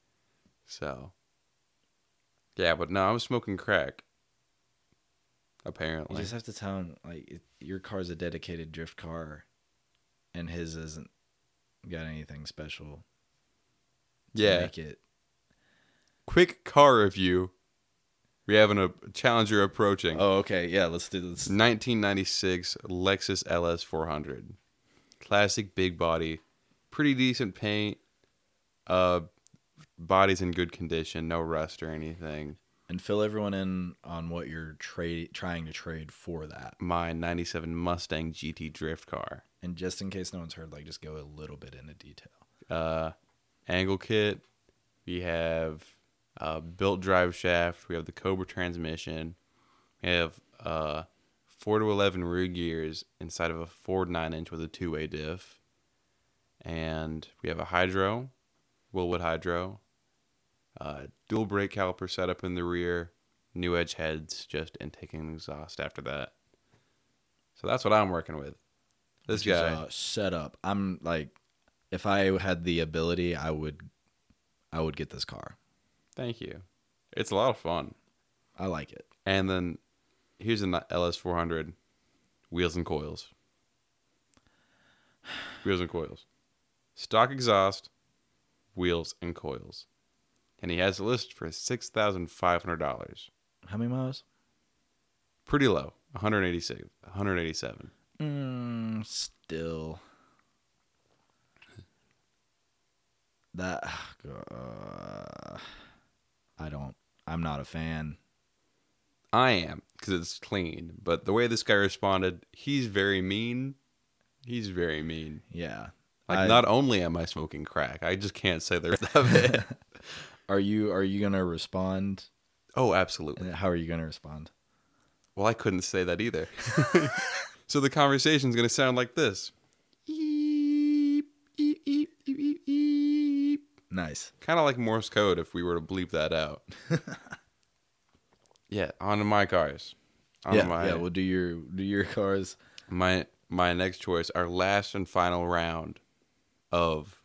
Speaker 2: So. Yeah, but no, I'm smoking crack.
Speaker 1: You
Speaker 2: Apparently,
Speaker 1: just have to tell him like it, your car's a dedicated drift car, and his isn't got anything special. to
Speaker 2: yeah.
Speaker 1: make it
Speaker 2: Quick car review. We have an, a challenger approaching.
Speaker 1: Oh, okay. Yeah, let's do this.
Speaker 2: 1996 Lexus LS 400. Classic big body, pretty decent paint. Uh, body's in good condition, no rust or anything.
Speaker 1: And fill everyone in on what you're trade trying to trade for that.
Speaker 2: My 97 Mustang GT drift car.
Speaker 1: And just in case no one's heard, like just go a little bit into detail.
Speaker 2: Uh, angle kit. We have uh, built drive shaft. We have the Cobra transmission. We have uh, 4 to 11 rear gears inside of a Ford 9 inch with a two way diff. And we have a hydro, Willwood hydro, uh, dual brake caliper setup in the rear, new edge heads, just intake and exhaust after that. So that's what I'm working with. This
Speaker 1: Which is,
Speaker 2: guy.
Speaker 1: uh, set up. I'm like, if I had the ability, I would, I would get this car.
Speaker 2: Thank you. It's a lot of fun.
Speaker 1: I like it.
Speaker 2: And then here's an LS400 wheels and coils. (sighs) Wheels and coils. Stock exhaust, wheels and coils. And he has a list for $6,500.
Speaker 1: How many miles?
Speaker 2: Pretty low. 186, 187.
Speaker 1: Mm, still. That (sighs) uh, I don't. I'm not a fan.
Speaker 2: I am because it's clean, but the way this guy responded, he's very mean. He's very mean.
Speaker 1: Yeah. (laughs)
Speaker 2: Like
Speaker 1: I-
Speaker 2: not only am I smoking crack, I just can't say the rest of
Speaker 1: (laughs)
Speaker 2: it.
Speaker 1: Are you are you gonna respond?
Speaker 2: oh, absolutely.
Speaker 1: And How are you gonna respond?
Speaker 2: Well, I couldn't say that either. (laughs) so the conversation's going to sound like this. Eep, eep, eep, eep, eep, eep.
Speaker 1: Nice.
Speaker 2: Kind of like Morse code if we were to bleep
Speaker 1: (laughs)
Speaker 2: that out. yeah, on to my cars. On to
Speaker 1: yeah,
Speaker 2: my,
Speaker 1: yeah. We'll do your do your (laughs) cars.
Speaker 2: my my next choice, our last and final round of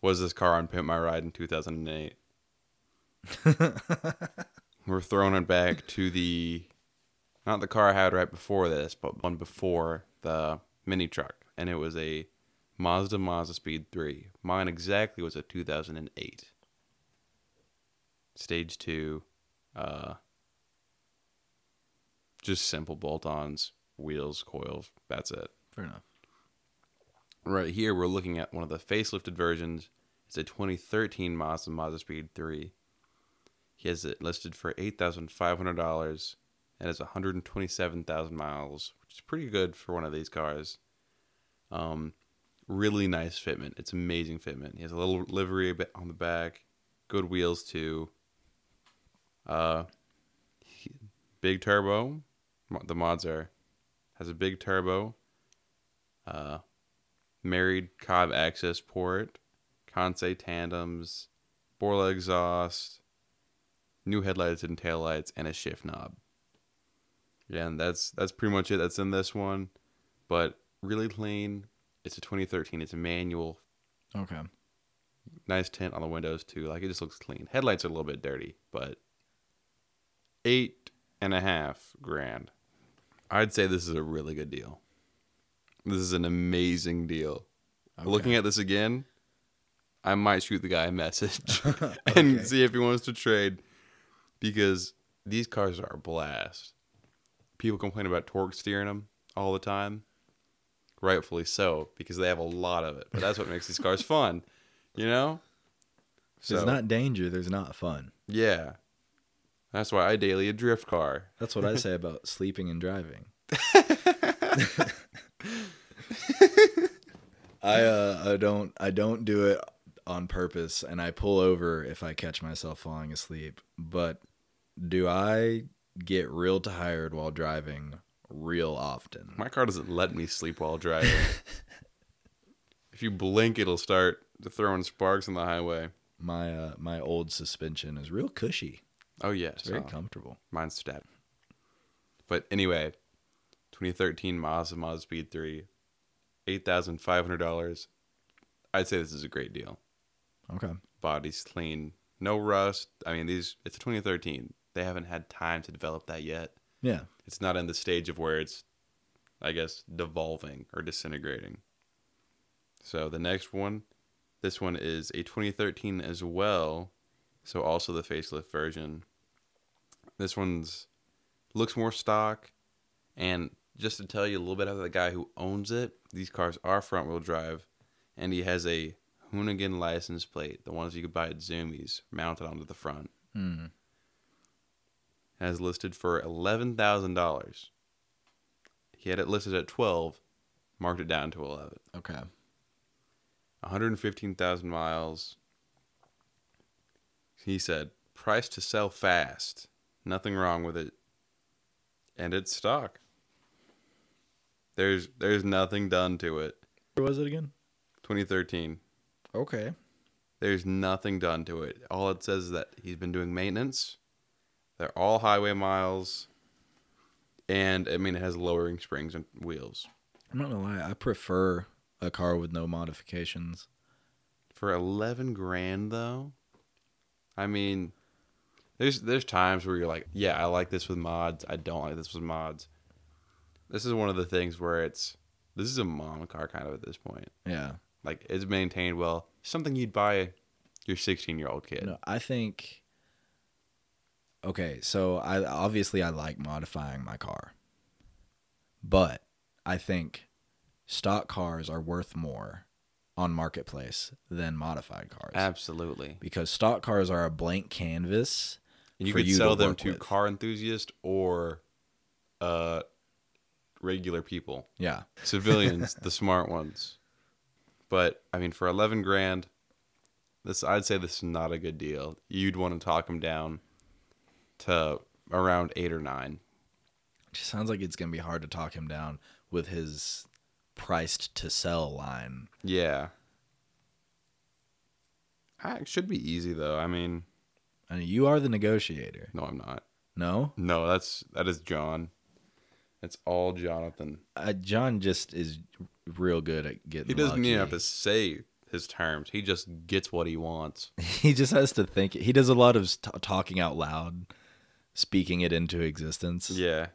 Speaker 2: was this car on Pimp My Ride in 2008. We're throwing it back to the not the car I had right before this, but one before the mini truck, and it was a Mazda Mazda Speed 3. Mine exactly was a 2008 stage 2 uh just simple bolt-ons, wheels, coils, that's it
Speaker 1: Fair enough.
Speaker 2: right here we're looking at one of the facelifted versions. It's a 2013 Mazda Mazda Speed 3. He has it listed for $8,500 and it's 127,000 miles, which is pretty good for one of these cars. Um, really nice fitment. It's amazing fitment. He has a little livery a bit on the back, good wheels too. Uh, he- big turbo. Mo- The mods are has a big turbo. Uh, married Cobb access port, Conce tandems, Borla exhaust, new headlights and taillights, and a shift knob. Yeah, and that's that's pretty much it. That's in this one, but really plain. It's a 2013. It's a manual.
Speaker 1: Okay.
Speaker 2: Nice tint on the windows too. Like it just looks clean. Headlights are a little bit dirty, but eight and a half grand. I'd say this is a really good deal. This is an amazing deal. Looking at this again, I might shoot the guy
Speaker 1: (laughs)
Speaker 2: a message (laughs) and
Speaker 1: Okay.
Speaker 2: see if he wants to trade because these cars are a blast. People complain about torque steering them all the time, rightfully so, because they have a lot of it. But that's what makes
Speaker 1: (laughs)
Speaker 2: these cars fun, you know?
Speaker 1: If there's not danger, there's not fun.
Speaker 2: Yeah. That's why I daily a drift car.
Speaker 1: That's what I say about sleeping and (laughs) driving. I uh, I don't I don't do it on purpose, and I pull over if I catch myself falling asleep. But do I get real tired while driving real often?
Speaker 2: My car doesn't let me sleep while driving.
Speaker 1: (laughs)
Speaker 2: if you blink, it'll start throwing sparks on the highway.
Speaker 1: My uh, my old suspension is real cushy.
Speaker 2: Oh yes,
Speaker 1: It's very
Speaker 2: oh,
Speaker 1: comfortable.
Speaker 2: mine's static. But anyway, 2013 Mazda Mazda Speed 3, eight thousand five hundred dollars. I'd say this is a great deal.
Speaker 1: Okay.
Speaker 2: Body's clean, no rust. I mean, these it's a 2013. They haven't had time to develop that yet.
Speaker 1: Yeah.
Speaker 2: It's not in the stage of where it's, I guess, devolving or disintegrating. So the next one, this one is a 2013 as well, so also the facelift version. This one's looks more stock, and just to tell you a little bit about the guy who owns it, these cars are front wheel drive, and he has a Hoonigan license plate, the ones you could buy at Zoomies, mounted onto the front
Speaker 1: Mm.
Speaker 2: has listed for eleven thousand dollars. He had it listed at twelve, marked it down to eleven.
Speaker 1: Okay.
Speaker 2: One hundred fifteen thousand miles. He said, "Price to sell fast. Nothing wrong with it, and it's stock. There's there's nothing done to it.
Speaker 1: Where was it again?
Speaker 2: 2013.
Speaker 1: Okay.
Speaker 2: There's nothing done to it. All it says is that he's been doing maintenance. They're all highway miles. And I mean, it has lowering springs and wheels
Speaker 1: I'm not gonna lie. I prefer a car with no modifications.
Speaker 2: for eleven grand though. I mean, there's there's times where you're like, yeah, I like this with mods. I don't like this with mods. This is one of the things where it's this is a mom car kind of at this point.
Speaker 1: Yeah.
Speaker 2: Like it's maintained well. Something you'd buy your 16 year old kid.
Speaker 1: No, I think. Okay, so I obviously I like modifying my car, but I think stock cars are worth more on marketplace than modified cars
Speaker 2: Absolutely.
Speaker 1: because stock cars are a blank canvas.
Speaker 2: And you
Speaker 1: for
Speaker 2: could
Speaker 1: you to
Speaker 2: sell them
Speaker 1: work
Speaker 2: to
Speaker 1: with.
Speaker 2: car enthusiasts or uh, regular people,
Speaker 1: Yeah, (laughs)
Speaker 2: civilians, the smart ones. But I mean, for eleven grand, this I'd say this is not a good deal. You'd want to talk them down to around eight or nine.
Speaker 1: just sounds like it's gonna be hard to talk him down with his priced to sell line.
Speaker 2: Yeah, Ah, it should be easy though. I mean,
Speaker 1: I mean, you are the negotiator.
Speaker 2: no, I'm not.
Speaker 1: No,
Speaker 2: No, that's that is John. That's all Jonathan.
Speaker 1: uh, John just is real good at getting.
Speaker 2: He doesn't even have
Speaker 1: lucky.
Speaker 2: to say his terms. He just gets what he wants.
Speaker 1: (laughs) he just has to think it. he does a lot of t- talking out loud speaking it into existence
Speaker 2: Yeah.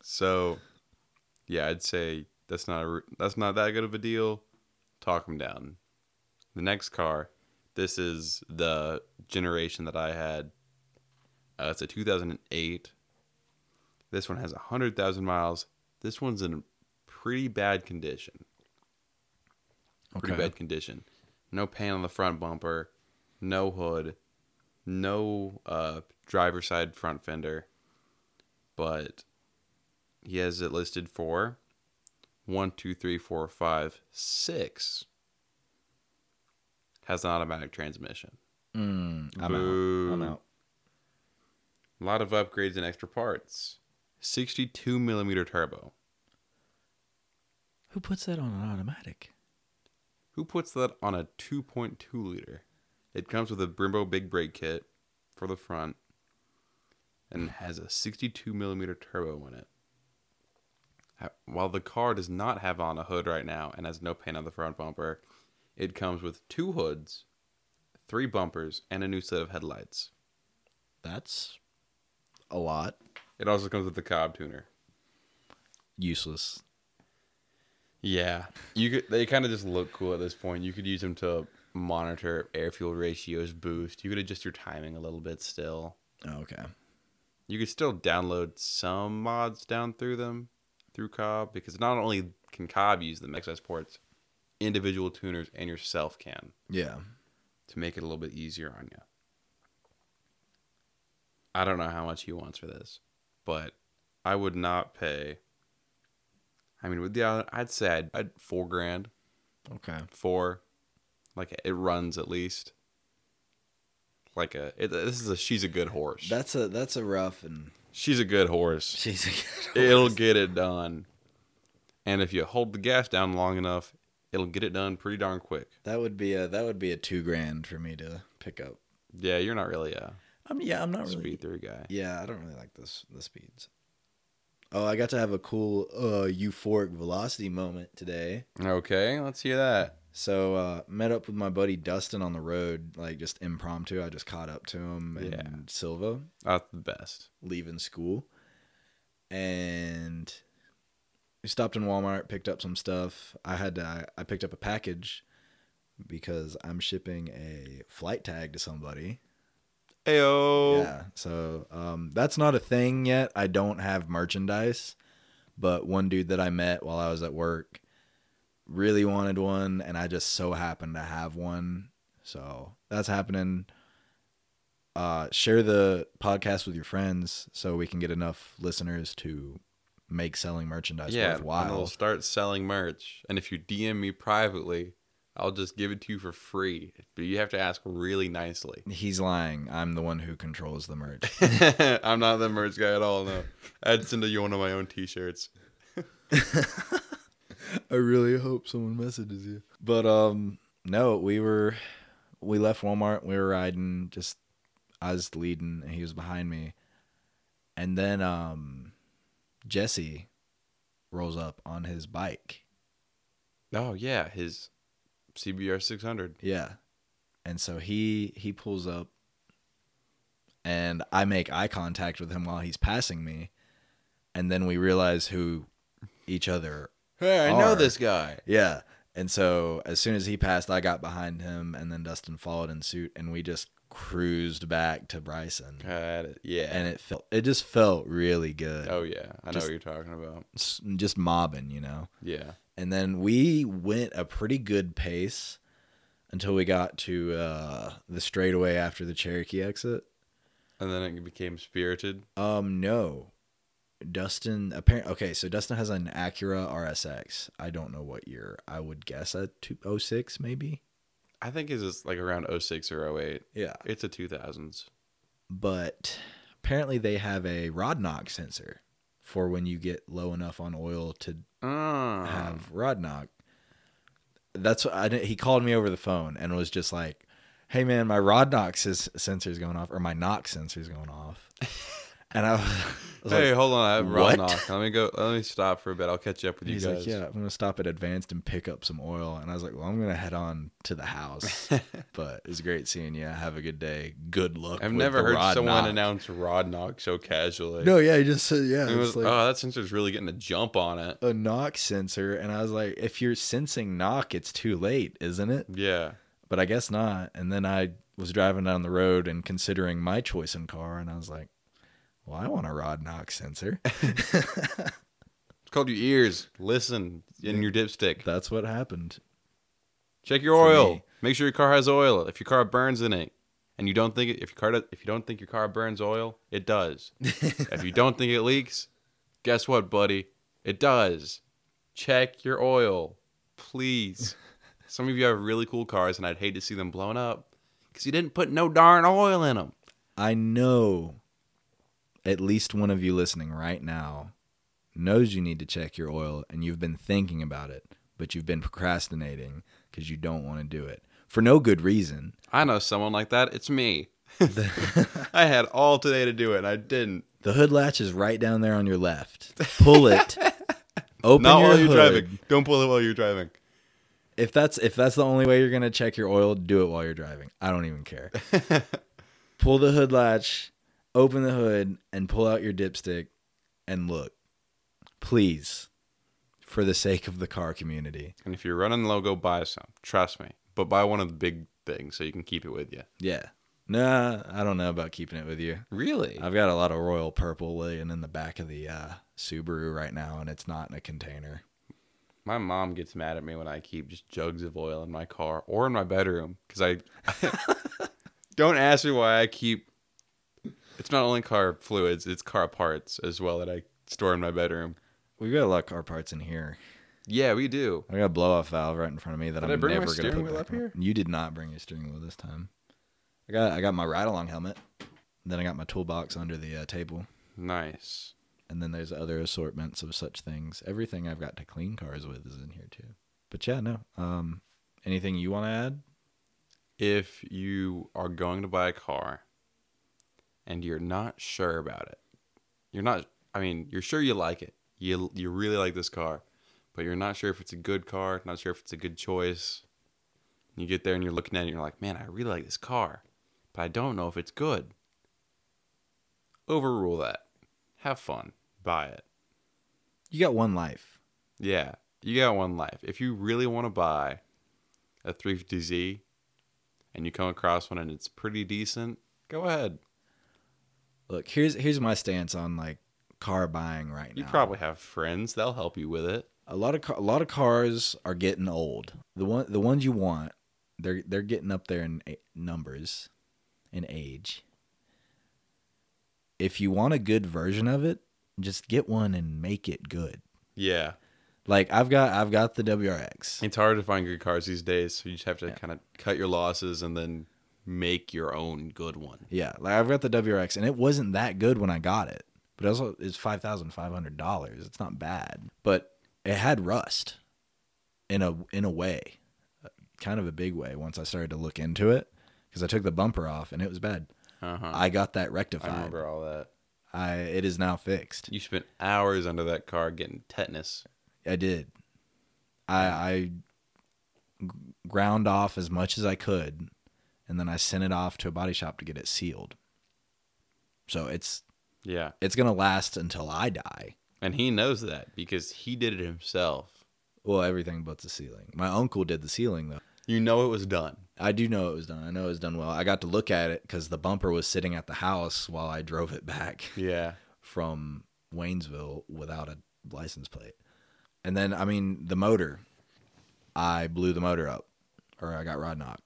Speaker 2: So, yeah, I'd say that's not a, r- that's not that good of a deal. Talk him down. The next car, this is the generation that I had. Uh, it's a 2008. This one has 100,000 miles. This one's in pretty bad condition. pretty
Speaker 1: okay
Speaker 2: bad condition. No paint on the front bumper, no hood, no uh, driver side front fender. But he has it listed for one, two, three, four, five, six. Has an automatic transmission.
Speaker 1: mm, I'm, out. I'm
Speaker 2: Boo.
Speaker 1: out
Speaker 2: A lot of upgrades and extra parts. 62 millimeter turbo.
Speaker 1: who puts that on an automatic
Speaker 2: Who puts that on a 2.2 liter? It comes with a Brembo big brake kit for the front and has a 62 millimeter turbo in it. Ha- While the car does not have on a hood right now and has no paint on the front bumper, it comes with two hoods, three bumpers, and a new set of headlights.
Speaker 1: That's a lot.
Speaker 2: It also comes with the Cobb tuner.
Speaker 1: Useless.
Speaker 2: Yeah, you could. They kind of just look cool at this point. You could use them to monitor air fuel ratios, boost. You could adjust your timing a little bit still.
Speaker 1: Oh, Okay.
Speaker 2: You could still download some mods down through them through Cobb because not only can Cobb use the XS ports, individual tuners and yourself can
Speaker 1: Yeah.
Speaker 2: to make it a little bit easier on you. I don't know how much he wants for this, but I would not pay. I mean, with the I'd say I'd, I'd four grand
Speaker 1: Okay.
Speaker 2: four. Like it runs at least. Like a it, this is a she's a good horse.
Speaker 1: That's a that's a rough and (laughs)
Speaker 2: she's a good horse.
Speaker 1: she's
Speaker 2: It'll get it done. And if you hold the gas down long enough, it'll get it done pretty darn quick.
Speaker 1: that would be a that would be a two grand for me to pick up.
Speaker 2: Yeah, you're not really a
Speaker 1: I'm yeah, I'm not really
Speaker 2: speed through guy.
Speaker 1: Yeah, I don't really like this the speeds. Oh, I got to have a cool uh euphoric velocity moment today.
Speaker 2: Okay, let's hear that.
Speaker 1: So uh met up with my buddy Dustin on the road, like just impromptu. I just caught up to him in
Speaker 2: Yeah.
Speaker 1: Silva
Speaker 2: That's the best.
Speaker 1: leaving school. And we stopped in Walmart, picked up some stuff. I had to, I, I picked up a package because I'm shipping a flight tag to somebody.
Speaker 2: Ayo.
Speaker 1: Yeah. So um, that's not a thing yet. I don't have merchandise, but one dude that I met while I was at work really wanted one, and I just so happened to have one. So that's happening. Uh, share the podcast with your friends so we can get enough listeners to make selling merchandise
Speaker 2: yeah, and it'll
Speaker 1: worthwhile.
Speaker 2: start selling merch. And if you DM me privately, I'll just give it to you for free. But you have to ask really nicely. (laughs)
Speaker 1: He's lying. I'm the one who controls the merch.
Speaker 2: I'm not the merch guy at all. No, I'd send you one of my own T-shirts.
Speaker 1: (laughs) I really hope someone messages you. But um no, we were we left Walmart, we were riding, just I was leading and he was behind me. And then um Jesse rolls up on his bike.
Speaker 2: Oh yeah, his CBR 600.
Speaker 1: Yeah. And so he he pulls up and I make eye contact with him while he's passing me. And then we realize who each other
Speaker 2: Hey,
Speaker 1: I know this
Speaker 2: guy.
Speaker 1: Yeah. And so as soon as he passed, I got behind him, and then Dustin followed in suit, and we just cruised back to Bryson.
Speaker 2: Got it. Yeah.
Speaker 1: And it felt, it just felt really good.
Speaker 2: oh yeah, I know
Speaker 1: Just-
Speaker 2: what you're talking about.
Speaker 1: S- Just mobbing, you know?
Speaker 2: Yeah.
Speaker 1: And then we went a pretty good pace until we got to uh, the straightaway after the Cherokee exit.
Speaker 2: And then it became spirited.
Speaker 1: Um, no. Dustin apparent okay, so Dustin has an Acura RSX. I don't know what year. I would guess a 206 maybe.
Speaker 2: I think it's just like around 06 or 08.
Speaker 1: Yeah.
Speaker 2: It's a 2000s.
Speaker 1: but apparently they have a rod knock sensor for when you get low enough on oil to
Speaker 2: Mm.
Speaker 1: have rod knock. That's what I did he called me over the phone and was just like, "Hey man, my rod knock sis- sensor is going off, or my knock sensor is going
Speaker 2: (laughs)
Speaker 1: off," and I was, I was
Speaker 2: Hey,
Speaker 1: like.
Speaker 2: hold on. I have
Speaker 1: what?
Speaker 2: Ron knock. Let me go. Let me stop for a bit. I'll catch up with you
Speaker 1: He's
Speaker 2: guys.
Speaker 1: like, yeah, I'm gonna stop at Advanced and pick up some oil, and I was like, well, I'm gonna head on to the
Speaker 2: (laughs)
Speaker 1: house. but it's great seeing you. Have a good day. Good luck.
Speaker 2: I've
Speaker 1: with
Speaker 2: never
Speaker 1: the
Speaker 2: heard
Speaker 1: rod
Speaker 2: someone
Speaker 1: knock."
Speaker 2: announce Rod knock so casually.
Speaker 1: No, yeah, he just said, yeah.
Speaker 2: It was,
Speaker 1: it's like-
Speaker 2: oh, that sensor's really getting a jump on it.
Speaker 1: a knock sensor and I was like, if you're sensing knock, it's too late, isn't it?
Speaker 2: Yeah.
Speaker 1: But I guess not. And then I was driving down the road and considering my choice in car and I was like, well, I want a rod knock sensor. (laughs)
Speaker 2: It's called your ears. Listen in your dipstick.
Speaker 1: That's what happened.
Speaker 2: Check your
Speaker 1: For
Speaker 2: oil.
Speaker 1: me.
Speaker 2: Make sure your car has oil. If your car burns in it, and you don't think it, if your car does, if you don't think your car burns oil, it does. if you don't think it leaks, guess what, buddy? It does. Check your oil, please. Some of you have really cool cars, and I'd hate to see them blown up because you didn't put no darn oil in them.
Speaker 1: I know at least one of you listening right now knows you need to check your oil and you've been thinking about it, but you've been procrastinating because you don't want to do it for no good reason.
Speaker 2: I know someone like that. It's
Speaker 1: (laughs)
Speaker 2: me. I had all today to do it, and I didn't.
Speaker 1: The hood latch is right down there on your left. Pull it. Open
Speaker 2: Not
Speaker 1: your
Speaker 2: while you're
Speaker 1: hood.
Speaker 2: driving. Don't pull it while you're driving.
Speaker 1: If that's if that's the only way you're gonna check your oil, do it while you're driving. I don't even
Speaker 2: (laughs)
Speaker 1: care. pull the hood latch, open the hood, and pull out your dipstick and look. Please, for the sake of the car community.
Speaker 2: And if you're running low, go buy some. Trust me. But buy one of the big things so you can keep it with you.
Speaker 1: Yeah. Nah, I don't know about keeping it with you.
Speaker 2: Really?
Speaker 1: I've got a lot of royal purple laying in the back of the uh, Subaru right now, and it's not in a container.
Speaker 2: My mom gets mad at me when I keep just jugs of oil in my car or in my bedroom because I (laughs) don't ask me why I keep. It's not only car fluids; it's car parts as well that I store in my bedroom.
Speaker 1: We've got a lot of car parts in here.
Speaker 2: Yeah, we do.
Speaker 1: I got a blow off valve right in front of me that
Speaker 2: Did
Speaker 1: I'm
Speaker 2: I bring my
Speaker 1: never going to
Speaker 2: steering
Speaker 1: put
Speaker 2: wheel
Speaker 1: back
Speaker 2: up
Speaker 1: on.
Speaker 2: here?
Speaker 1: You did not bring your steering wheel this time. I got I got my ride along helmet. Then I got my toolbox under the uh, table,
Speaker 2: Nice.
Speaker 1: and then there's other assortments of such things. Everything I've got to clean cars with is in here too. But yeah, no. Um, anything you want to add?
Speaker 2: If you are going to buy a car and you're not sure about it, you're not. I mean, you're sure you like it. You you really like this car, but you're not sure if it's a good car. Not sure if it's a good choice. You get there and you're looking at it. and You're like, man, I really like this car, but I don't know if it's good. Overrule that. Have fun. Buy it.
Speaker 1: You got one life.
Speaker 2: Yeah, you got one life. If you really want to buy a 350Z and you come across one and it's pretty decent, go ahead.
Speaker 1: Look, here's here's my stance on like car buying right
Speaker 2: You
Speaker 1: now.
Speaker 2: probably have friends, they'll help you with it.
Speaker 1: a lot of car, a lot of cars are getting old. The one the ones you want, they're they're getting up there in a- numbers, in age. If you want a good version of it, just get one and make it good.
Speaker 2: Yeah.
Speaker 1: Like I've got I've got the WRX.
Speaker 2: It's hard to find good cars these days, so you just have to
Speaker 1: Yeah.
Speaker 2: kind of cut your losses and then make your own good one.
Speaker 1: Yeah, like I've got the WRX, and it wasn't that good when I got it, but also it's five thousand five hundred dollars. It's not bad, but it had rust in a in a way, kind of a big way. Once I started to look into it, because I took the bumper off and it was bad.
Speaker 2: Uh-huh.
Speaker 1: I got that
Speaker 2: I
Speaker 1: rectified.
Speaker 2: remember all that.
Speaker 1: I it is now fixed.
Speaker 2: You spent hours under that car getting tetanus.
Speaker 1: I did. I I g- ground off as much as I could, and then I sent it off to a body shop to get it sealed. So it's
Speaker 2: Yeah.
Speaker 1: it's gonna last until I die.
Speaker 2: And he knows that because he did it himself.
Speaker 1: Well, everything but the ceiling. My uncle did the ceiling though.
Speaker 2: You know it was done.
Speaker 1: I do know it was done. I know it was done well. I got to look at it because the bumper was sitting at the house while I drove it back (laughs)
Speaker 2: Yeah.
Speaker 1: from Waynesville without a license plate. And then, I mean, the motor. I blew the motor up, or I got rod knocked.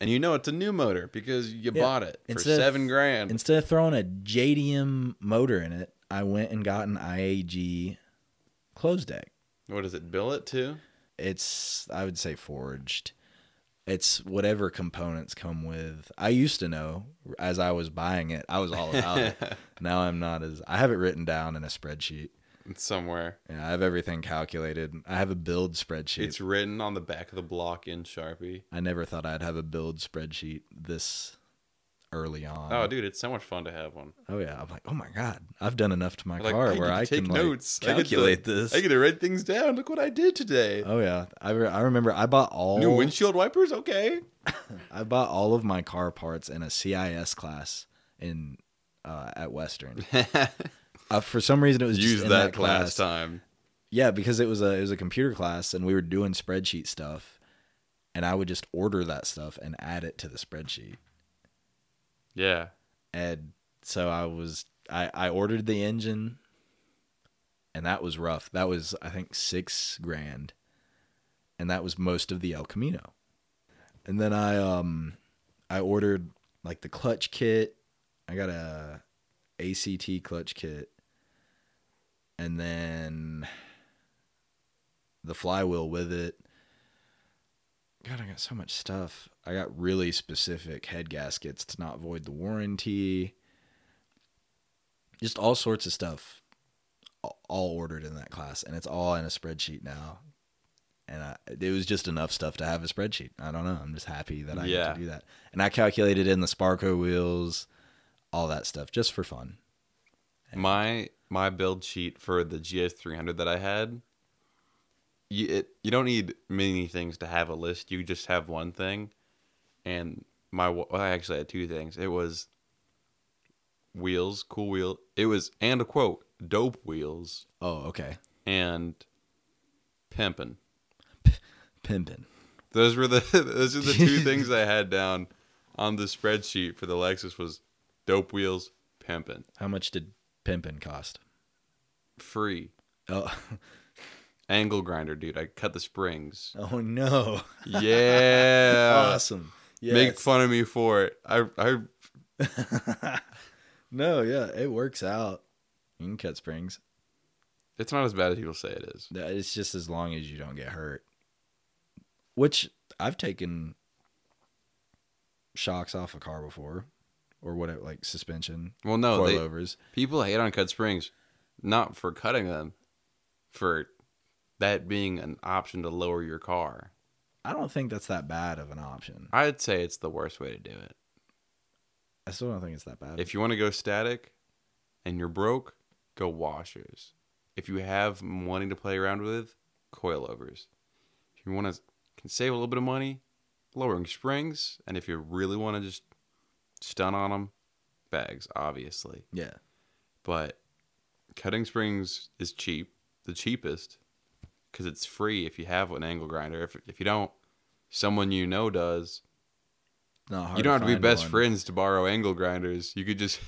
Speaker 2: And you know it's a new motor because you
Speaker 1: Yeah.
Speaker 2: bought it for
Speaker 1: Instead of-
Speaker 2: seven grand.
Speaker 1: Instead of throwing a JDM motor in it, I went and got an IAG closed deck.
Speaker 2: what is it? Billet too?
Speaker 1: it's I would say forged. It's whatever components come with. I used to know as I was buying it, I was all about
Speaker 2: (laughs)
Speaker 1: it. Now I'm not as I have it written down in a spreadsheet.
Speaker 2: It's somewhere.
Speaker 1: Yeah, I have everything calculated. I have a build spreadsheet.
Speaker 2: It's written on the back of the block in Sharpie.
Speaker 1: I never thought I'd have a build spreadsheet this early on.
Speaker 2: Oh, dude, it's so much fun to have one.
Speaker 1: Oh, yeah. I'm like, oh my god, I've done enough to my
Speaker 2: Like,
Speaker 1: car
Speaker 2: I
Speaker 1: where
Speaker 2: get to
Speaker 1: I
Speaker 2: take
Speaker 1: can
Speaker 2: notes. I
Speaker 1: Like,
Speaker 2: get to-
Speaker 1: calculate this.
Speaker 2: I get to write things down. Look what I did today.
Speaker 1: oh yeah, I, re- I remember I bought all
Speaker 2: New windshield
Speaker 1: (laughs)
Speaker 2: wipers. Okay.
Speaker 1: I bought all of my car parts in a CIS class in uh, at Western. Uh, for some reason, it was just
Speaker 2: Use
Speaker 1: in
Speaker 2: that,
Speaker 1: that,
Speaker 2: class
Speaker 1: class.
Speaker 2: time.
Speaker 1: Yeah, because it was a it was a computer class, and we were doing spreadsheet stuff, and I would just order that stuff and add it to the spreadsheet.
Speaker 2: Yeah.
Speaker 1: And so I was I I ordered the engine, and that was rough. That was I think six grand, and that was most of the El Camino. And then I um I ordered like the clutch kit. I got a ACT clutch kit, and then the flywheel with it. God, I got so much stuff. I got really specific head gaskets to not void the warranty. Just all sorts of stuff, a- all ordered in that class, and it's all in a spreadsheet now. And I, it was just enough stuff to have a spreadsheet. I don't know. I'm just happy that I
Speaker 2: Yeah.
Speaker 1: get to do that. And I calculated in the Sparco wheels, all that stuff, just for fun.
Speaker 2: My my build sheet for the GS300 that I had you it, you don't need many things to have a list. You just have one thing, and my wa- well, I actually had two things. It was wheels, cool wheel. It was and a quote, dope wheels
Speaker 1: Oh, okay.
Speaker 2: and pimpin'.
Speaker 1: Pimpin.
Speaker 2: Those were the (laughs) those are the two things I had down on the spreadsheet for the Lexus was dope wheels, pimpin',
Speaker 1: How much did pimpin cost?
Speaker 2: free
Speaker 1: Oh, (laughs)
Speaker 2: angle grinder, dude. I cut the springs.
Speaker 1: oh no. (laughs)
Speaker 2: Yeah.
Speaker 1: awesome. Yes.
Speaker 2: Uh, Make fun of me for it. I I
Speaker 1: (laughs) no, yeah, it works out. You can cut springs.
Speaker 2: It's not as bad as people say it is.
Speaker 1: That- It's just as long as you don't get hurt. Which I've taken shocks off a car before, or whatever, like suspension
Speaker 2: Well, no, Oh, they,
Speaker 1: coilovers.
Speaker 2: people hate on cut springs, not for cutting them, for that being an option to lower your car.
Speaker 1: I don't think that's that bad of an option.
Speaker 2: I'd say it's the worst way to do it.
Speaker 1: I still don't think it's that bad.
Speaker 2: If you want to go static, and you're broke, go washers. If you have money to play around with, coilovers. If you want to can save a little bit of money, lowering springs, and if you really want to just stun on them, bags obviously.
Speaker 1: yeah,
Speaker 2: but cutting springs is cheap, the cheapest, because it's free if you have an angle grinder. If, if you don't, someone you know does.
Speaker 1: not hard
Speaker 2: you don't have to be
Speaker 1: find
Speaker 2: best
Speaker 1: one.
Speaker 2: friends to borrow angle grinders. You could just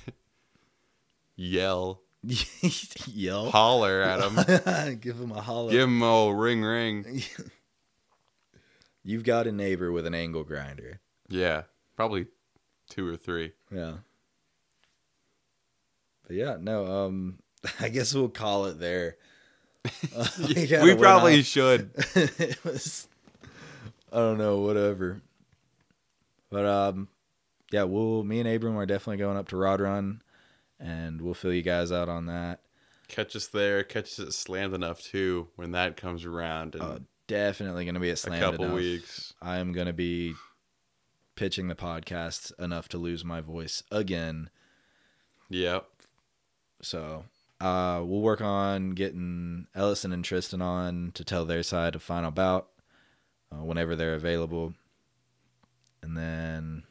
Speaker 2: (laughs) yell,
Speaker 1: (laughs) Yell, (laughs)
Speaker 2: holler at them,
Speaker 1: give him a holler.
Speaker 2: give them old ring ring.
Speaker 1: (laughs) You've got a neighbor with an angle grinder.
Speaker 2: Yeah, probably two
Speaker 1: (laughs)
Speaker 2: or three.
Speaker 1: Yeah. But yeah, no, um (laughs) I guess we'll call it
Speaker 2: (laughs)
Speaker 1: there. (laughs) Uh, kinda
Speaker 2: we
Speaker 1: went
Speaker 2: probably
Speaker 1: off. (laughs)
Speaker 2: should.
Speaker 1: it was I don't know, whatever. But um yeah, we'll me and Abram are definitely going up to Rod Run and we'll fill you guys out on that.
Speaker 2: Catch us there. Catch us at slammed enough too when that comes around in
Speaker 1: Uh, definitely gonna be at
Speaker 2: a
Speaker 1: Slam.
Speaker 2: couple
Speaker 1: Enough.
Speaker 2: weeks.
Speaker 1: I am going to be pitching the podcast enough to lose my voice again.
Speaker 2: Yep.
Speaker 1: So uh, we'll work on getting Ellison and Tristan on to tell their side of Final Bout uh, whenever they're available. And then,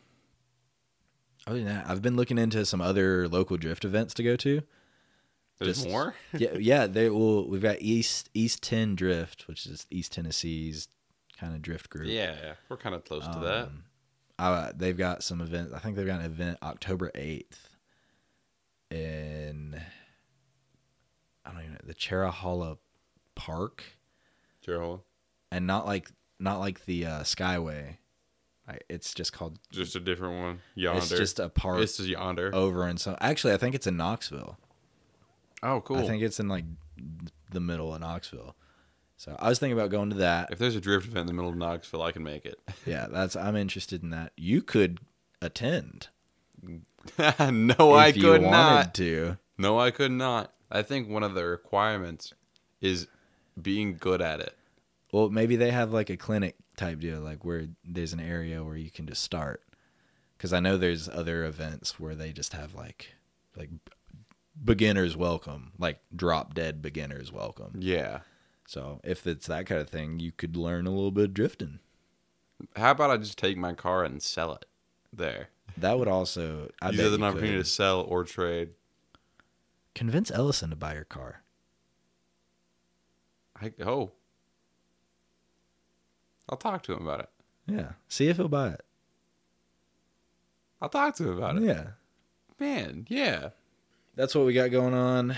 Speaker 1: other than that, I've been looking into some other local drift events to go to.
Speaker 2: There's
Speaker 1: Just-
Speaker 2: more.
Speaker 1: yeah, yeah. They will. We've got East East Ten Drift, which is East Tennessee's kind of drift group.
Speaker 2: Yeah, yeah, we're kind of close to that.
Speaker 1: Um, uh, they've got some event. I think they've got an event October eighth in I don't even know the Cherahalla Park,
Speaker 2: Gerald,
Speaker 1: and not like not like the uh, Skyway. I, it's just called.
Speaker 2: just a different one. Yonder.
Speaker 1: It's just a park
Speaker 2: yonder. Oh,
Speaker 1: over in some. Actually, I think it's in Knoxville.
Speaker 2: Oh, cool.
Speaker 1: I think it's in like the middle of Knoxville. So I was thinking about going to that.
Speaker 2: (laughs) if there's a drift event in the middle of Knoxville, I can make it. (laughs)
Speaker 1: Yeah, that's I'm interested in that. You could attend
Speaker 2: no, Oh, I
Speaker 1: if you
Speaker 2: could
Speaker 1: wanted
Speaker 2: not.
Speaker 1: to.
Speaker 2: No, I could not. I think one of the requirements is being good at it.
Speaker 1: Well, maybe they have like a clinic type deal, like where there's an area where you can just start. Because I know there's other events where they just have like, like beginners welcome, like drop dead beginners welcome.
Speaker 2: Yeah.
Speaker 1: So if it's that kind of thing, you could learn a little bit of drifting.
Speaker 2: How about I just take my car and sell it there?
Speaker 1: That would also I
Speaker 2: Use
Speaker 1: bet
Speaker 2: it as
Speaker 1: you
Speaker 2: an opportunity
Speaker 1: could.
Speaker 2: to sell or trade.
Speaker 1: convince Ellison to buy your car.
Speaker 2: I oh. I'll talk to him about it.
Speaker 1: Yeah, see if he'll buy it.
Speaker 2: I'll talk to him about it.
Speaker 1: Yeah,
Speaker 2: Man, yeah.
Speaker 1: that's what we got going on.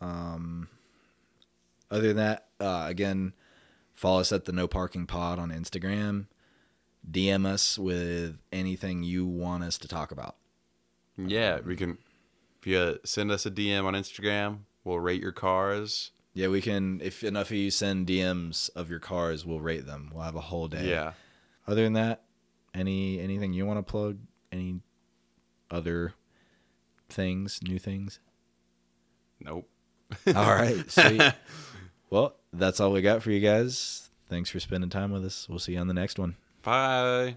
Speaker 1: Um, other than that, uh, again, follow us at the No Parking Pod on Instagram. DM us with anything you want us to talk about.
Speaker 2: Yeah, we can. If you send us a DM on Instagram, we'll rate your cars.
Speaker 1: Yeah, we can. If enough of you send DMs of your cars, we'll rate them. We'll have a whole day.
Speaker 2: Yeah.
Speaker 1: Other than that, any anything you want to plug? Any other things? New things?
Speaker 2: Nope.
Speaker 1: All right. Sweet. well, that's all we got for you guys. Thanks for spending time with us. We'll see you on the next one.
Speaker 2: (laughs) Bye.